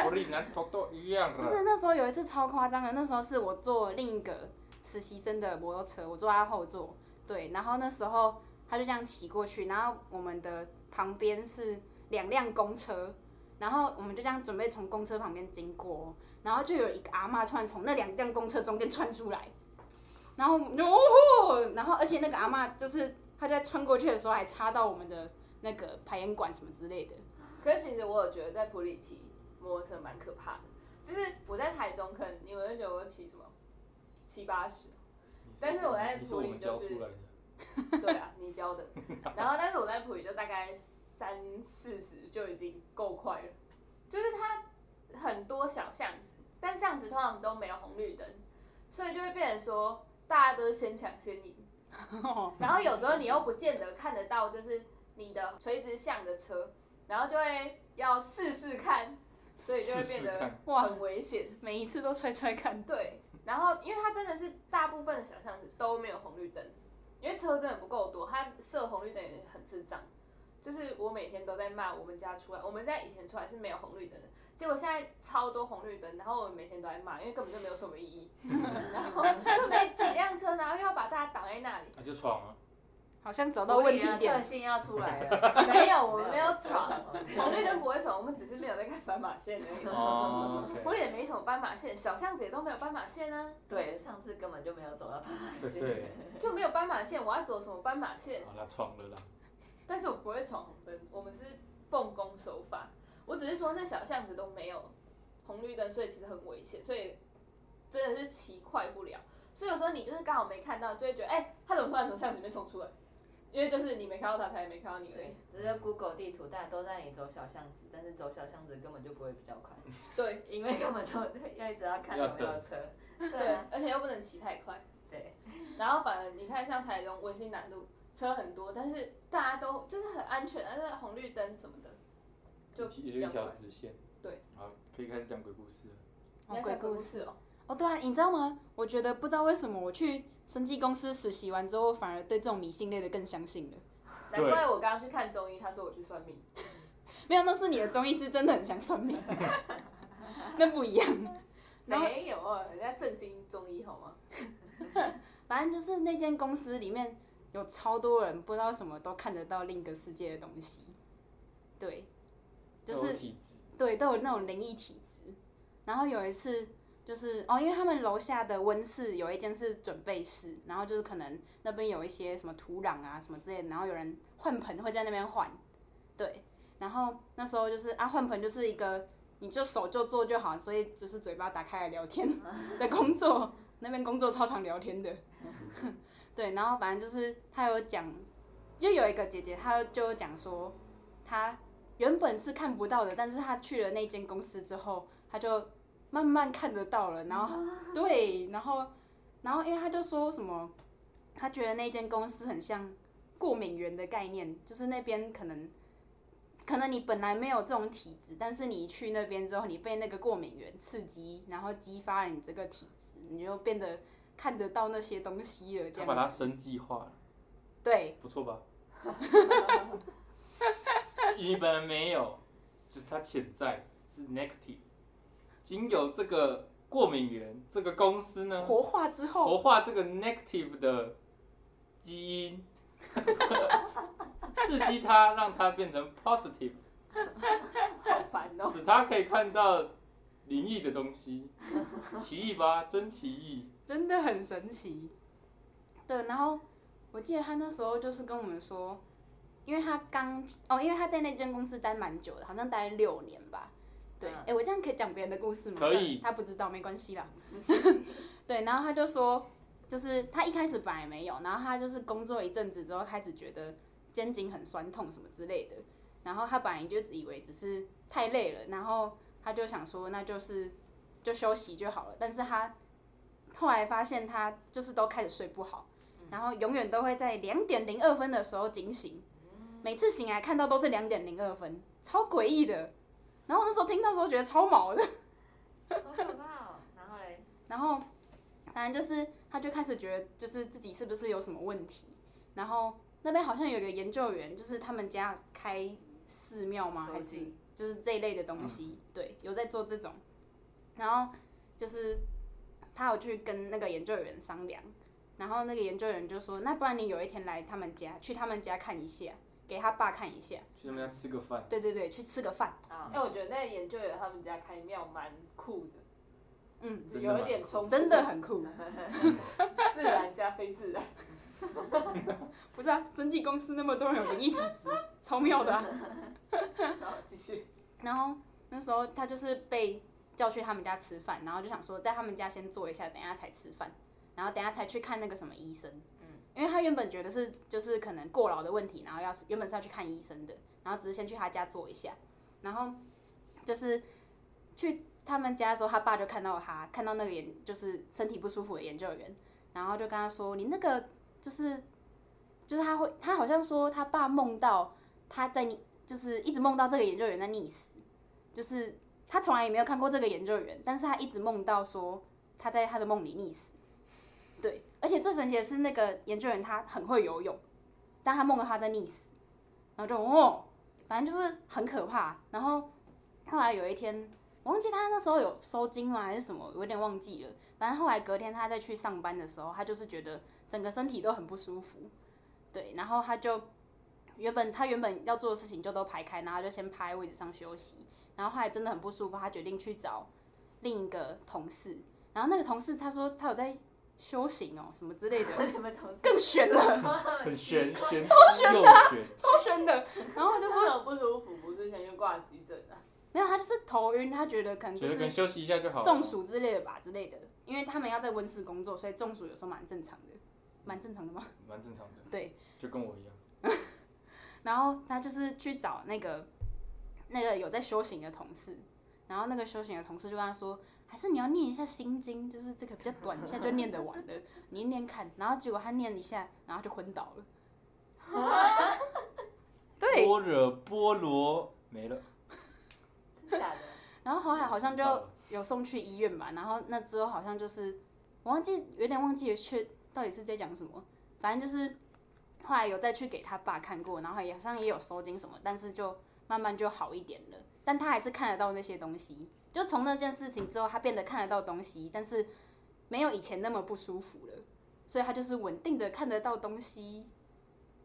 [SPEAKER 1] 我里南头都一样
[SPEAKER 4] 不
[SPEAKER 1] 啦。
[SPEAKER 4] 是，那时候有一次超夸张的，那时候是我坐另一个实习生的摩托车，我坐他后座，对，然后那时候他就这样骑过去，然后我们的旁边是两辆公车，然后我们就这样准备从公车旁边经过，然后就有一个阿嬷突然从那两辆公车中间窜出来，然后我们就哦吼，然后而且那个阿嬷就是她在穿过去的时候还插到我们的那个排烟管什么之类的，
[SPEAKER 3] 可是其实我有觉得在普里骑摩托车蛮可怕的，就是我在台中，可能你们会觉得我骑什么七八十，
[SPEAKER 1] 你
[SPEAKER 3] 但是我在
[SPEAKER 1] 你是
[SPEAKER 3] 处
[SPEAKER 1] 我
[SPEAKER 3] 理
[SPEAKER 1] 们
[SPEAKER 3] 就
[SPEAKER 1] 教
[SPEAKER 3] 是
[SPEAKER 1] 出来的，
[SPEAKER 3] 对啊，你教的。然后，但是我在普语就大概三四十就已经够快了，就是它很多小巷子，但巷子通常都没有红绿灯，所以就会变成说大家都是先抢先赢。然后有时候你又不见得看得到，就是你的垂直向的车，然后就会要试试看，所以就会
[SPEAKER 1] 试
[SPEAKER 3] 变
[SPEAKER 1] 试
[SPEAKER 3] 得
[SPEAKER 1] 看
[SPEAKER 4] 哇，
[SPEAKER 3] 很危险。
[SPEAKER 4] 每一次都踹踹看。
[SPEAKER 3] 对，然后因为它真的是大部分的小巷子都没有红绿灯，因为车真的不够多，它设红绿灯也很智障。就是我每天都在骂我们家出来，我们家以前出来是没有红绿灯的，结果现在超多红绿灯，然后我们每天都在骂，因为根本就没有什么 意义，然后就没几辆车，然后又要把大家挡在那 里。
[SPEAKER 1] 那就闯 啊！
[SPEAKER 4] 好像找到 问题点
[SPEAKER 2] 特
[SPEAKER 4] 了，
[SPEAKER 2] 性要出来了。
[SPEAKER 3] 没有，我们没有闯，红
[SPEAKER 2] 红
[SPEAKER 3] 绿灯不会闯，我们只是没有在看斑马线而已。
[SPEAKER 1] 哦
[SPEAKER 3] 我
[SPEAKER 1] ，OK，
[SPEAKER 3] 也没什么斑马线，小巷子也都没有斑马线啊，
[SPEAKER 2] 对，上次根本就没有走到斑马
[SPEAKER 1] 对
[SPEAKER 2] 线。
[SPEAKER 1] 对，
[SPEAKER 3] 就没有斑马线，我要走什么斑马线？
[SPEAKER 1] 好啦，闯了啦。
[SPEAKER 3] 但是我不会闯红灯，我们是奉公守法。我只是说那小巷子都没有红绿灯，所以其实很危险，所以真的是骑快不了。所以有时候你就是刚好没看到，就会觉得哎、他怎么突然从巷子里面冲出来？因为就是你没看到他，他也没看到你而已
[SPEAKER 2] 对。，只是 Google 地图，大家都带你走小巷子，但是走小巷子根本就不会比较快，
[SPEAKER 3] 对
[SPEAKER 2] 因为根本就要一直要看有没有车。对
[SPEAKER 3] 对
[SPEAKER 2] 啊，
[SPEAKER 3] 而且又不能骑太快。
[SPEAKER 2] 对。
[SPEAKER 3] 然后反而你看，像台中文心南路车很多，但是大家都就是很安全，但是红绿灯什么的，就
[SPEAKER 1] 也就一条直线。
[SPEAKER 3] 对，
[SPEAKER 1] 好，可以开始讲鬼故事了。
[SPEAKER 3] 你要
[SPEAKER 4] 鬼
[SPEAKER 3] 讲
[SPEAKER 4] 故
[SPEAKER 3] 故
[SPEAKER 4] 事
[SPEAKER 3] 事哦。
[SPEAKER 4] 哦，对啊，你知道吗？我觉得不知道为什么我去生技公司实习完之后，反而对这种迷信类的更相信了。
[SPEAKER 3] 难
[SPEAKER 1] 对
[SPEAKER 3] 怪我刚刚去看中医，他说我去算命。
[SPEAKER 4] 没有，那是你的中医师真的很想算命。 那不一样。然后
[SPEAKER 3] 没有啊，人家正经中医好 吗？
[SPEAKER 4] 反正就是那间公司里面有超多人，不知道什么都看得到另一个世界的东西。对，就
[SPEAKER 1] 都有
[SPEAKER 4] 是
[SPEAKER 1] 体质，
[SPEAKER 4] 对，都有那种灵异体质。然后有一次就是哦，因为他们楼下的温室有一间是准备室，然后就是可能那边有一些什么土壤啊什么之类的，然后有人换盆会在那边换，对。然后那时候就是啊，换盆就是一个你就手就做就好，所以就是嘴巴打开来聊天的工作，那边工作超常聊天的， 对。然后反正就是他有讲，就有一个姐姐，她就有讲说她。原本是看不到的，但是她去了那间公司之后，她就慢慢看得到了，然后、对，然后然后因为他就说什么，他觉得那间公司很像过敏源的概念，就是那边可能可能你本来没有这种体质，但是你一去那边之后，你被那个过敏源刺激，然后激发了你这个体质，你就变得看得到那些东西了，这
[SPEAKER 1] 他把
[SPEAKER 4] 样
[SPEAKER 1] 它
[SPEAKER 4] 子
[SPEAKER 1] 生计化了，
[SPEAKER 4] 对，
[SPEAKER 1] 不错吧？你本来没有，就是它潜在是 negative，经由这个过敏源，这个公司呢，
[SPEAKER 4] 活化之后，
[SPEAKER 1] 活化这个 negative 的基因，刺激它，让它变成 positive，
[SPEAKER 3] 好烦 哦、
[SPEAKER 1] 使它可以看到灵异的东西，奇异吧，真奇异。
[SPEAKER 4] 真的很神奇。对，然后我记得他那时候就是跟我们说，因为他刚哦，因为他在那间公司待蛮久的，好像待六年吧。对，哎、
[SPEAKER 2] 嗯
[SPEAKER 4] 我这样可以讲别人的故事吗？
[SPEAKER 1] 可以
[SPEAKER 4] 他不知道没关系啦。对，然后他就说，就是他一开始本来没有，然后他就是工作一阵子之后开始觉得肩颈很酸痛什么之类的，然后他本来就只以为只是太累了，然后他就想说那就是就休息就好了，但是他后来发现他就是都开始睡不好，然后永远都会在两点零二分的时候惊醒，每次醒来看到都是两点零二分，超诡异的。然后那时候听到的时候觉得超毛的，
[SPEAKER 2] 好可怕哦。然后嘞，
[SPEAKER 4] 然后反正就是他就开始觉得就是自己是不是有什么问题，然后那边好像有一个研究员，就是他们家开寺庙吗？
[SPEAKER 2] 手
[SPEAKER 4] 还是
[SPEAKER 2] 机
[SPEAKER 4] 就是这一类的东西，对，有在做这种。然后就是他有去跟那个研究员商量，然后那个研究员就说：“那不然你有一天来他们家，去他们家看一下，给他爸看一下，
[SPEAKER 1] 去他们家吃个饭，
[SPEAKER 4] 对对对，去吃个饭。
[SPEAKER 2] 啊
[SPEAKER 3] 哎、，我觉得那研究员他们家开庙蛮酷的，”
[SPEAKER 4] 嗯，
[SPEAKER 1] 真的
[SPEAKER 3] 有一
[SPEAKER 1] 蛮
[SPEAKER 3] 点
[SPEAKER 1] 酷
[SPEAKER 3] 冲突，
[SPEAKER 4] 真的很酷，
[SPEAKER 3] 自然加非自然。
[SPEAKER 4] 不是啊？生技公司那么多人有灵异体质，超妙的、啊。
[SPEAKER 3] 然后继续，
[SPEAKER 4] 然后那时候他就是被叫去他们家吃饭，然后就想说在他们家先坐一下，等一下才吃饭，然后等一下才去看那个什么医生。嗯，因为他原本觉得是就是可能过劳的问题，然后要是原本是要去看医生的，然后只是先去他家坐一下，然后就是去他们家的时候，他爸就看到他看到那个研就是身体不舒服的研究员，然后就跟他说：“你那个就是就是他会他好像说他爸梦到他在你就是一直梦到这个研究员在溺死，就是他从来也没有看过这个研究员，但是他一直梦到说他在他的梦里溺死。对，而且最神奇的是那个研究员他很会游泳，但他梦到他在溺死，然后就哦，反正就是很可怕。然后后来有一天，我忘记他那时候有收金吗还是什么，我有点忘记了。反正后来隔天他再去上班的时候，他就是觉得整个身体都很不舒服，对，然后他就原本他原本要做的事情就都排开，然后就先趴在位置上休息，然后后来真的很不舒服，他决定去找另一个同事，然后那个同事他说他有在修行哦什么之 类的，
[SPEAKER 3] 你们同事
[SPEAKER 4] 更悬了，
[SPEAKER 1] 很玄玄，
[SPEAKER 4] 超玄的
[SPEAKER 1] 又玄。
[SPEAKER 4] 超悬的，然后他就
[SPEAKER 3] 他
[SPEAKER 4] 说
[SPEAKER 3] 说不舒服，不是先去挂急诊啊？
[SPEAKER 4] 没有，他就是头晕，他觉得可能
[SPEAKER 1] 觉
[SPEAKER 4] 就
[SPEAKER 1] 得可能
[SPEAKER 4] 是
[SPEAKER 1] 休息一下就好了。
[SPEAKER 4] 中暑之类的吧之类的，因为他们要在温室工作，所以中暑有时候蛮正常的，蛮正常的嘛。
[SPEAKER 1] 蛮正常的，
[SPEAKER 4] 对，
[SPEAKER 1] 就跟我一样。
[SPEAKER 4] 然后他就是去找那个那个有在修行的同事，然后那个修行的同事就跟他说，还是你要念一下心经，就是这个比较短，一下就念得完了，你念念看。然后结果他念一下，然后就昏倒了。对，
[SPEAKER 1] 般若波罗没了，
[SPEAKER 2] 真假的？
[SPEAKER 4] 然后后来哎好像
[SPEAKER 1] 知
[SPEAKER 4] 就
[SPEAKER 1] 道了
[SPEAKER 4] 有送去医院吧，然后那之后好像就是我忘记有点忘记了确到底是在讲什么，反正就是后来有再去给他爸看过，然后也好像也有收金什么，但是就慢慢就好一点了，但他还是看得到那些东西，就从那件事情之后，他变得看得到东西，但是没有以前那么不舒服了，所以他就是稳定的看得到东西，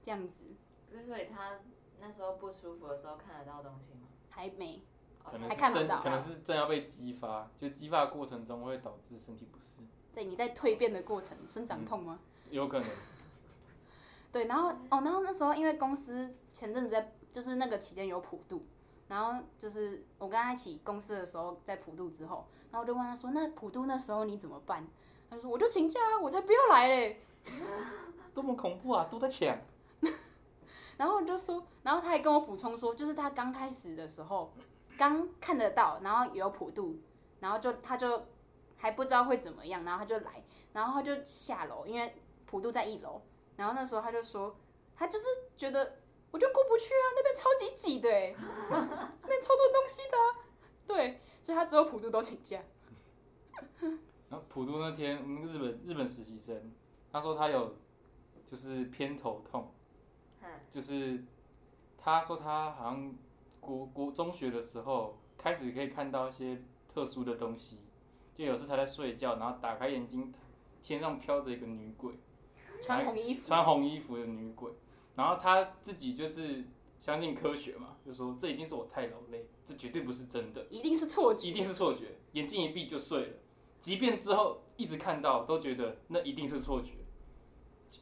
[SPEAKER 4] 这样子
[SPEAKER 2] 不是，所以他那时候不舒服的时候看得到东西吗？哦
[SPEAKER 4] 还没
[SPEAKER 1] 可能
[SPEAKER 4] 还
[SPEAKER 1] 是
[SPEAKER 4] 看不
[SPEAKER 1] 正，
[SPEAKER 4] 到啊
[SPEAKER 1] 可能是正要被激发，就激发的过程中会导致身体不适，
[SPEAKER 4] 在你在蜕变的过程，生长痛吗？
[SPEAKER 1] 有可能。
[SPEAKER 4] 对，然后哦，然后那时候因为公司前阵子在就是那个期间有普渡，然后就是我跟他一起公司的时候在普渡之后，然后我就问他说：“那普渡那时候你怎么办？”他就说：“我就请假啊，我才不要来嘞。
[SPEAKER 1] 多么恐怖啊！都在抢，”
[SPEAKER 4] 然后我就说，然后他还跟我补充说，就是他刚开始的时候刚看得到，然后有普渡，然后就他就还不知道会怎么样，然后他就来，然后他就下楼，因为普渡在一楼，然后那时候他就说，他就是觉得我就过不去啊，那边超级挤的、欸，那边超多东西的、啊，对，所以他只有普渡都请假，
[SPEAKER 1] 然后普渡那天，我们那个日本日本实习生，他说他有就是偏头痛，
[SPEAKER 2] 嗯，
[SPEAKER 1] 就是他说他好像国国中学的时候开始可以看到一些特殊的东西，就有时他在睡觉，然后打开眼睛，天上飘着一个女鬼，
[SPEAKER 4] 穿红衣服，
[SPEAKER 1] 穿红衣服的女鬼，然后他自己就是相信科学嘛，就说这一定是我太劳累，这绝对不是真的。
[SPEAKER 4] 一定是错觉，
[SPEAKER 1] 一定是错觉，眼睛一闭就睡了。即便之后一直看到，都觉得那一定是错觉，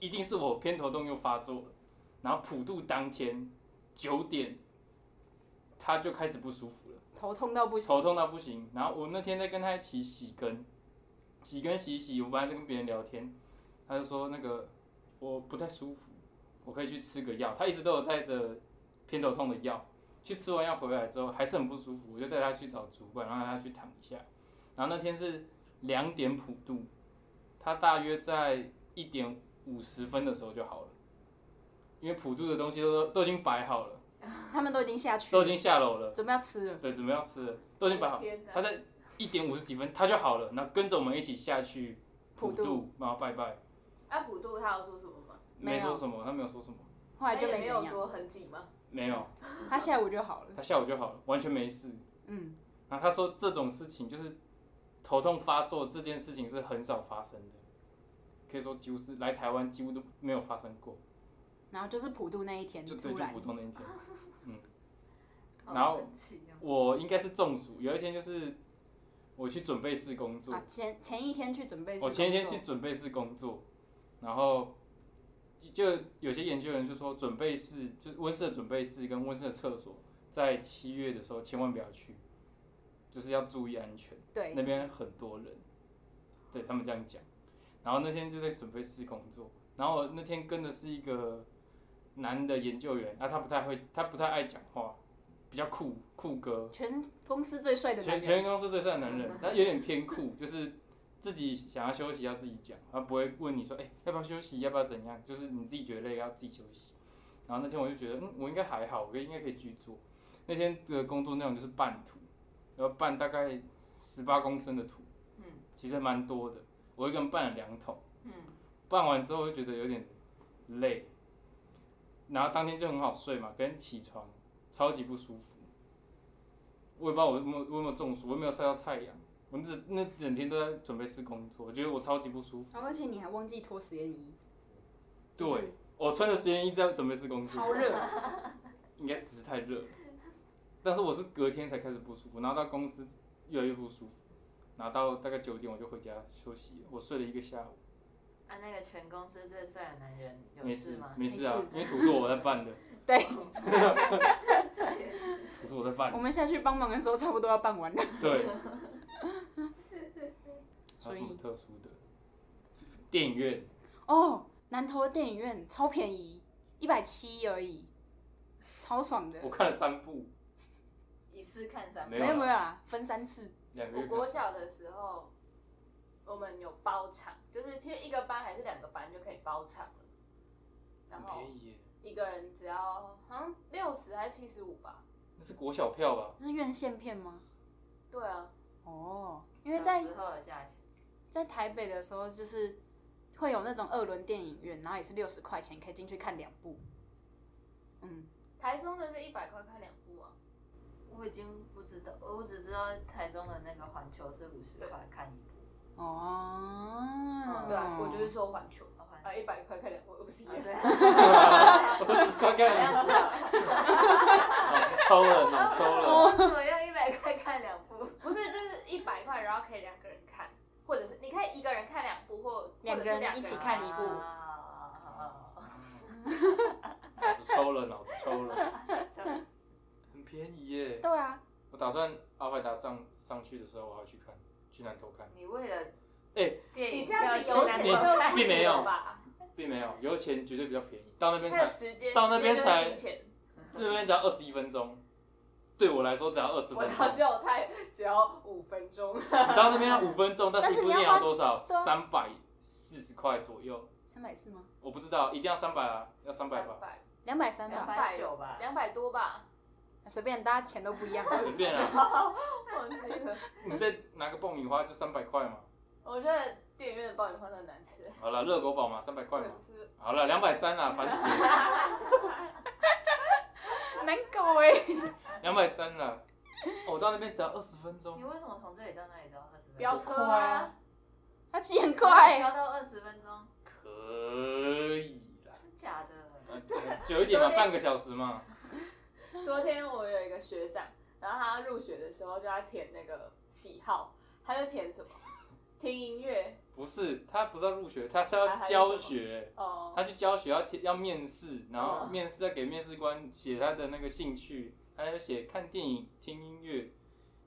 [SPEAKER 1] 一定是我偏头痛又发作了。然后普渡当天九点，他就开始不舒服了，
[SPEAKER 4] 头痛到不行，
[SPEAKER 1] 头痛到不行。然后我那天在跟他一起洗根，洗根洗一洗，我本来在跟别人聊天，他就说那个我不太舒服，我可以去吃个药。他一直都有带着偏头痛的药，去吃完药回来之后还是很不舒服，我就带他去找主管，让他去躺一下。然后那天是两点普渡，他大约在一点五十分的时候就好了，因为普渡的东西都都已经摆好了，
[SPEAKER 4] 他们都已经下去
[SPEAKER 1] 都已
[SPEAKER 4] 了，
[SPEAKER 1] 经下楼了，
[SPEAKER 4] 准备要吃了，
[SPEAKER 1] 对，准备要吃了，都已经摆好了。
[SPEAKER 3] 天哪
[SPEAKER 1] 他在一点五十几分他就好了，那跟着我们一起下去普
[SPEAKER 4] 普
[SPEAKER 1] 渡，然后拜拜，
[SPEAKER 3] 阿普渡他有说什么吗？
[SPEAKER 4] 没
[SPEAKER 1] 没
[SPEAKER 4] 有
[SPEAKER 1] 说什么，他没有说什么，
[SPEAKER 4] 后来就
[SPEAKER 3] 他也
[SPEAKER 4] 没
[SPEAKER 3] 没
[SPEAKER 4] 怎
[SPEAKER 3] 有
[SPEAKER 4] 样，
[SPEAKER 3] 说很挤吗？
[SPEAKER 1] 没有，
[SPEAKER 4] 他下午就好了，
[SPEAKER 1] 他下午就好了，完全没事。
[SPEAKER 4] 嗯，
[SPEAKER 1] 然后他说这种事情就是头痛发作这件事情是很少发生的，可以说几乎是来台湾几乎都没有发生过，
[SPEAKER 4] 然后就是普渡那一天
[SPEAKER 1] 就
[SPEAKER 4] 突
[SPEAKER 1] 对就
[SPEAKER 4] 然
[SPEAKER 1] 普通的一天。
[SPEAKER 2] 好
[SPEAKER 1] 然后
[SPEAKER 2] 神奇
[SPEAKER 3] 啊
[SPEAKER 2] 哦
[SPEAKER 1] 我应该是中暑，有一天就是我去准备室工作，
[SPEAKER 4] 啊，前前一天去准备是
[SPEAKER 1] 我
[SPEAKER 4] 工作，
[SPEAKER 1] 哦前一天去准备室工作，然后就就有些研究人就说，准备室就是温室的准备室跟温室的厕所，在七月的时候千万不要去，就是要注意安全。
[SPEAKER 4] 对，
[SPEAKER 1] 那边很多人，对他们这样讲。然后那天就在准备室工作，然后我那天跟的是一个男的研究员，啊，他不太会，他不太爱讲话，比较酷酷哥，
[SPEAKER 4] 全公司最帅的男
[SPEAKER 1] 全全
[SPEAKER 4] 人，
[SPEAKER 1] 公司最帅的男 人，他有点偏酷，就是自己想要休息要自己讲，他不会问你说，哎、要不要休息，要不要怎样，就是你自己觉得累要自己休息。然后那天我就觉得，嗯，我应该还好，我应该可以去做。那天的工作内容就是拌土，然后拌大概十八公升的土，
[SPEAKER 2] 嗯
[SPEAKER 1] 其实蛮多的，我一个人拌了两桶。
[SPEAKER 2] 嗯，
[SPEAKER 1] 办完之后就觉得有点累，然后当天就很好睡嘛，跟起床超级不舒服。我也不知道我有没有我有没有中暑，我有没有晒到太阳，我那那整天都在准备室工作，我觉得我超级不舒服。
[SPEAKER 4] 然后而且你还忘记脱实验衣，就是
[SPEAKER 1] 对，我穿着实验衣在准备室工作，
[SPEAKER 4] 超热，
[SPEAKER 1] 应该只是太热了。但是我是隔天才开始不舒服，然后到公司越来越不舒服，然后到大概九点我就回家休息了，我睡了一个下午，
[SPEAKER 2] 啊，那个全公司最帅的男人有
[SPEAKER 1] 没
[SPEAKER 2] 事
[SPEAKER 1] 事
[SPEAKER 2] 吗？
[SPEAKER 1] 没事啊
[SPEAKER 4] 没，
[SPEAKER 1] 因为土是我在办的，土是我在办
[SPEAKER 4] 我
[SPEAKER 1] 的，
[SPEAKER 4] 们下去帮忙的时候差不多要办完了，
[SPEAKER 1] 对。还
[SPEAKER 4] 所
[SPEAKER 1] 有什么
[SPEAKER 4] 以
[SPEAKER 1] 特殊的？电影院
[SPEAKER 4] 哦，南投的电影院超便宜，一百七而已，超爽的
[SPEAKER 1] 我，看了三部，
[SPEAKER 2] 一次看三
[SPEAKER 1] 没
[SPEAKER 4] 没有
[SPEAKER 1] 有
[SPEAKER 4] 没
[SPEAKER 1] 啦
[SPEAKER 4] 有啦，分三次，
[SPEAKER 1] 两个
[SPEAKER 3] 我
[SPEAKER 1] 月
[SPEAKER 3] 国
[SPEAKER 1] 看。
[SPEAKER 3] 小的时候，我们有包场，就是其实一个班还是两个班就可以包场了，然后
[SPEAKER 1] 宜耶，
[SPEAKER 3] 一个人只要好像六十还七十五吧。
[SPEAKER 1] 那是国小票吧？
[SPEAKER 4] 是院线片吗？
[SPEAKER 3] 对啊，
[SPEAKER 4] 哦，因
[SPEAKER 2] 因
[SPEAKER 4] 为在
[SPEAKER 2] 时候的价钱，
[SPEAKER 4] 在台北的时候就是。会有那种二轮电影院，然后也是六十块钱可以进去看两部，嗯，
[SPEAKER 3] 台中的是一百块看两部啊，
[SPEAKER 2] 我我已经不知道，我只知道台中的那个环球是五十块看一部，
[SPEAKER 4] 哦，
[SPEAKER 3] 对啊，我就是
[SPEAKER 1] 嗯
[SPEAKER 3] 说环球
[SPEAKER 2] 哦环
[SPEAKER 3] 啊，一百块看两部，我不是一
[SPEAKER 2] 啊
[SPEAKER 3] 样。
[SPEAKER 1] 我
[SPEAKER 2] 对，
[SPEAKER 1] 哦都只看看两部，脑子抽了，脑 抽了，
[SPEAKER 2] 怎么啊要一百块看两部？
[SPEAKER 3] 不是，就是一百块，然后可以两个人看，或者是你可以一个人看两部，或
[SPEAKER 4] 两
[SPEAKER 3] 或
[SPEAKER 4] 个
[SPEAKER 3] 者是
[SPEAKER 4] 人
[SPEAKER 3] 两
[SPEAKER 4] 一起看一部
[SPEAKER 2] 啊
[SPEAKER 1] 脑子抽了，脑子抽了，
[SPEAKER 2] 笑死
[SPEAKER 1] 哦很便宜耶！
[SPEAKER 4] 对啊，
[SPEAKER 1] 我打算阿凡达上上去的时候，我要去看，去南投看，
[SPEAKER 2] 你为了
[SPEAKER 1] 哎
[SPEAKER 2] 电影
[SPEAKER 3] 你这样子有钱
[SPEAKER 1] 你
[SPEAKER 3] 就
[SPEAKER 1] 并没有
[SPEAKER 3] 不止吧？
[SPEAKER 1] 并没有，油钱绝对比较便宜，到那边
[SPEAKER 3] 还有
[SPEAKER 1] 才
[SPEAKER 3] 时间，
[SPEAKER 1] 到那边
[SPEAKER 3] 时间就是
[SPEAKER 1] 才
[SPEAKER 3] 金钱。
[SPEAKER 1] 这边只要二十一分钟，对我来说只要二十
[SPEAKER 3] 我
[SPEAKER 1] 分
[SPEAKER 3] 到
[SPEAKER 1] 钟，
[SPEAKER 3] 秀泰只要五分钟，
[SPEAKER 1] 你到那边五分钟，但
[SPEAKER 4] 但
[SPEAKER 1] 是
[SPEAKER 4] 是
[SPEAKER 1] 一部电
[SPEAKER 4] 你要
[SPEAKER 1] 影
[SPEAKER 4] 花
[SPEAKER 1] 要多少？
[SPEAKER 4] 对啊
[SPEAKER 1] 三百四十块左右，
[SPEAKER 4] 三百四吗？
[SPEAKER 1] 我不知道，一定要三百啊，要三百吧。
[SPEAKER 3] 百
[SPEAKER 4] 两百三
[SPEAKER 2] 两
[SPEAKER 4] 吧，
[SPEAKER 2] 百九吧，
[SPEAKER 3] 两百多吧，
[SPEAKER 4] 随便，大家钱都不一样。
[SPEAKER 1] 随便啊，
[SPEAKER 3] 忘记了。
[SPEAKER 1] 你再拿个爆米花就三百块嘛。
[SPEAKER 3] 我觉得电影院的爆米花都很难吃，
[SPEAKER 1] 好了，热狗堡嘛，三百
[SPEAKER 3] 我
[SPEAKER 1] 块
[SPEAKER 3] 也
[SPEAKER 1] 嘛
[SPEAKER 3] 不。是。
[SPEAKER 1] 好了，两百三啦，烦死了，
[SPEAKER 4] 难搞哎、
[SPEAKER 1] 两百三啦。哦我到那边只要二十分
[SPEAKER 2] 你
[SPEAKER 1] 钟，
[SPEAKER 2] 为什么从这里到那里只要二十分钟？
[SPEAKER 3] 飙车
[SPEAKER 1] 快啊
[SPEAKER 3] 啊！
[SPEAKER 4] 他骑很快、欸
[SPEAKER 2] 飙到二十分钟，
[SPEAKER 1] 可以啦。
[SPEAKER 2] 真假的？
[SPEAKER 1] 呃久一点 嘛，半个小时嘛。
[SPEAKER 3] 昨天我有一个学长，然后他入学的时候就要填那个喜好，他就填什么？听音乐
[SPEAKER 1] 不是，他不是要入学，他是要
[SPEAKER 3] 还是
[SPEAKER 1] 教
[SPEAKER 3] 什么
[SPEAKER 1] 学。
[SPEAKER 3] 哦
[SPEAKER 1] 他，去教学要贴要面试，然后
[SPEAKER 3] 嗯
[SPEAKER 1] 面试要给面试官写他的那个兴趣，他就写看电影、听音乐，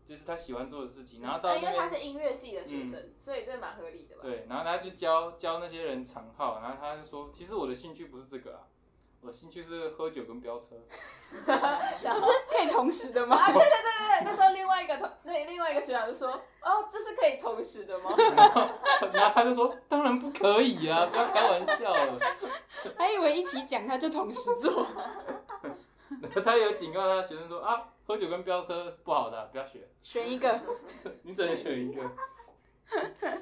[SPEAKER 1] 就是他喜欢做的事情。然后到那
[SPEAKER 3] 那哎因为他
[SPEAKER 1] 边嗯
[SPEAKER 3] 是音乐系的学生，所以这蛮合理的吧？
[SPEAKER 1] 对，然后他就教教那些人长号，然后他就说，其实我的兴趣不是这个啊，我的兴趣是喝酒跟飙车。
[SPEAKER 3] 然后
[SPEAKER 4] 可以同时的吗？
[SPEAKER 3] 啊，对对对对，那时候另外一个同那另外一个学长就说，哦，这是可以同时 的吗？
[SPEAKER 1] 然后然后他就说，当然不可以啊，不要开玩笑了。
[SPEAKER 4] 还以为一起讲他就同时做。
[SPEAKER 1] 然后他有警告他的学生说啊，喝酒跟飙车是不好的啊、不要学，
[SPEAKER 4] 选一个，
[SPEAKER 1] 你只能选一个。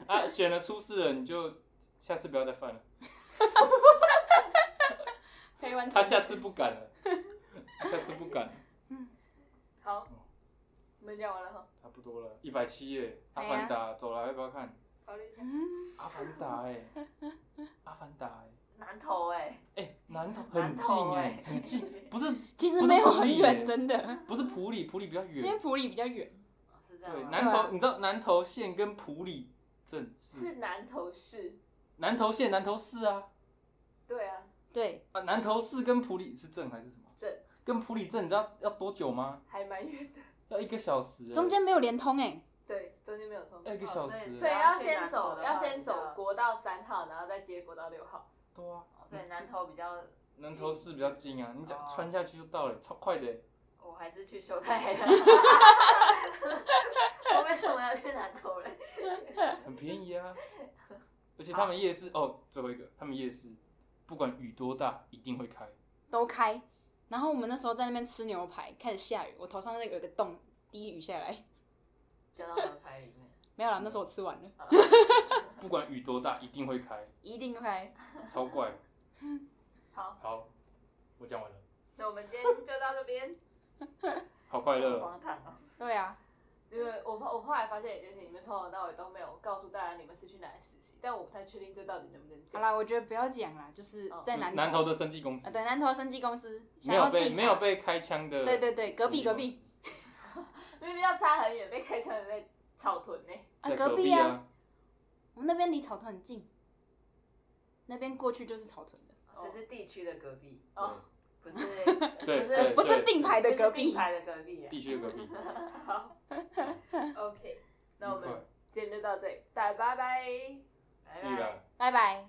[SPEAKER 1] 啊，选了出事了，你就下次不要再犯了。
[SPEAKER 4] 赔完
[SPEAKER 1] 他
[SPEAKER 4] 钱。
[SPEAKER 1] 下次不敢了，下次不敢了，
[SPEAKER 3] 好，我们讲完了哈，
[SPEAKER 1] 差不多了，一百七耶，《阿
[SPEAKER 4] 哎呀
[SPEAKER 1] 凡达》走了，要不要看？
[SPEAKER 3] 考虑一下。
[SPEAKER 1] 阿凡达哎、阿凡达哎、
[SPEAKER 2] 南投哎，
[SPEAKER 1] 哎、南投很
[SPEAKER 2] 南
[SPEAKER 1] 近
[SPEAKER 2] 投
[SPEAKER 1] 哎、
[SPEAKER 2] 哎
[SPEAKER 1] 很近，不是
[SPEAKER 4] 其实没有很远，真的，
[SPEAKER 1] 不是普里，普里比较
[SPEAKER 4] 是因为
[SPEAKER 1] 远。
[SPEAKER 4] 普里比较远。
[SPEAKER 2] 是这
[SPEAKER 1] 对，
[SPEAKER 2] 样吗？
[SPEAKER 1] 南
[SPEAKER 4] 对啊
[SPEAKER 1] 投，你知道南投县跟普里镇是
[SPEAKER 3] 是南投市，
[SPEAKER 1] 南投县南投市啊
[SPEAKER 3] 对啊，
[SPEAKER 4] 对，
[SPEAKER 1] 啊，南投市跟普里是镇还是什么
[SPEAKER 3] 镇？
[SPEAKER 1] 跟普里镇，你知道要多久吗？
[SPEAKER 3] 还蛮远的，
[SPEAKER 1] 要一个小时欸，
[SPEAKER 4] 中间没有连通哎、
[SPEAKER 3] 对，中间没有通。
[SPEAKER 1] 要一个小时
[SPEAKER 2] 哦
[SPEAKER 3] 所以
[SPEAKER 1] 欸，
[SPEAKER 3] 要
[SPEAKER 2] 然
[SPEAKER 3] 哎先
[SPEAKER 2] 后去南投
[SPEAKER 3] 走，
[SPEAKER 2] 的话
[SPEAKER 3] 要先
[SPEAKER 2] 比
[SPEAKER 3] 走
[SPEAKER 2] 较
[SPEAKER 3] 国道三号，然后再接国道六号。
[SPEAKER 1] 对啊，
[SPEAKER 2] 哦所以南投比较，
[SPEAKER 1] 南投市比较近啊，你只要
[SPEAKER 2] 哦
[SPEAKER 1] 穿下去就到了，超快的
[SPEAKER 4] 哦
[SPEAKER 1] 欸。
[SPEAKER 2] 我还是去秀泰。 我为什么要去南投嘞？
[SPEAKER 1] 很便宜 啊。而且他们夜市哦，最后一个，他们夜市不管雨多大，一定会开。
[SPEAKER 4] 都开。然后我们那时候在那边吃牛排，开始下雨，我头上那个有一个洞，滴雨下来。
[SPEAKER 2] 掉到门牌里面。
[SPEAKER 4] 没有啦，那时候我吃完了，
[SPEAKER 2] 啊
[SPEAKER 1] 不管雨多大，一定会开，
[SPEAKER 4] 一定开。
[SPEAKER 1] 超怪。
[SPEAKER 3] 好，
[SPEAKER 1] 好，我讲完了，
[SPEAKER 3] 那我们今天就到这边。
[SPEAKER 1] 好快乐哦。
[SPEAKER 2] 荒唐哦！
[SPEAKER 4] 对啊，
[SPEAKER 3] 因为我发我后来发现一件事，你们从头到尾都没有告诉大家你们是去哪里实习，但我不太确定这到底能不能
[SPEAKER 4] 好
[SPEAKER 3] 讲。
[SPEAKER 4] 啦，我觉得不要讲啦，就是
[SPEAKER 1] 就
[SPEAKER 4] 在
[SPEAKER 1] 是
[SPEAKER 4] 南
[SPEAKER 1] 南投的生技公
[SPEAKER 4] 啊，
[SPEAKER 1] 司
[SPEAKER 4] 对，南投生技公司
[SPEAKER 1] 没
[SPEAKER 4] 想
[SPEAKER 1] 有
[SPEAKER 4] 要自
[SPEAKER 1] 被
[SPEAKER 4] 己
[SPEAKER 1] 没有被嗯开枪的，
[SPEAKER 4] 对对对，隔壁隔壁
[SPEAKER 3] 明明要差很远，被开枪的在草屯呢、
[SPEAKER 4] 啊
[SPEAKER 1] 在
[SPEAKER 4] 隔
[SPEAKER 1] 壁
[SPEAKER 4] 壁啊，，我们那边离草屯很近，那边过去就是草屯的，
[SPEAKER 2] 只是地区的隔壁，
[SPEAKER 3] 哦，
[SPEAKER 2] 哦不是
[SPEAKER 1] 对
[SPEAKER 2] 不是
[SPEAKER 1] 对，
[SPEAKER 4] 不是
[SPEAKER 1] 对
[SPEAKER 4] 并排的隔
[SPEAKER 2] 不是
[SPEAKER 4] 壁
[SPEAKER 2] 并。排的隔壁啊。
[SPEAKER 1] 地区的隔壁。
[SPEAKER 3] 好，OK，那
[SPEAKER 1] 愉
[SPEAKER 3] 我们
[SPEAKER 1] 快
[SPEAKER 3] 今天就到这里，大家拜拜。
[SPEAKER 1] 去了。
[SPEAKER 4] 拜拜。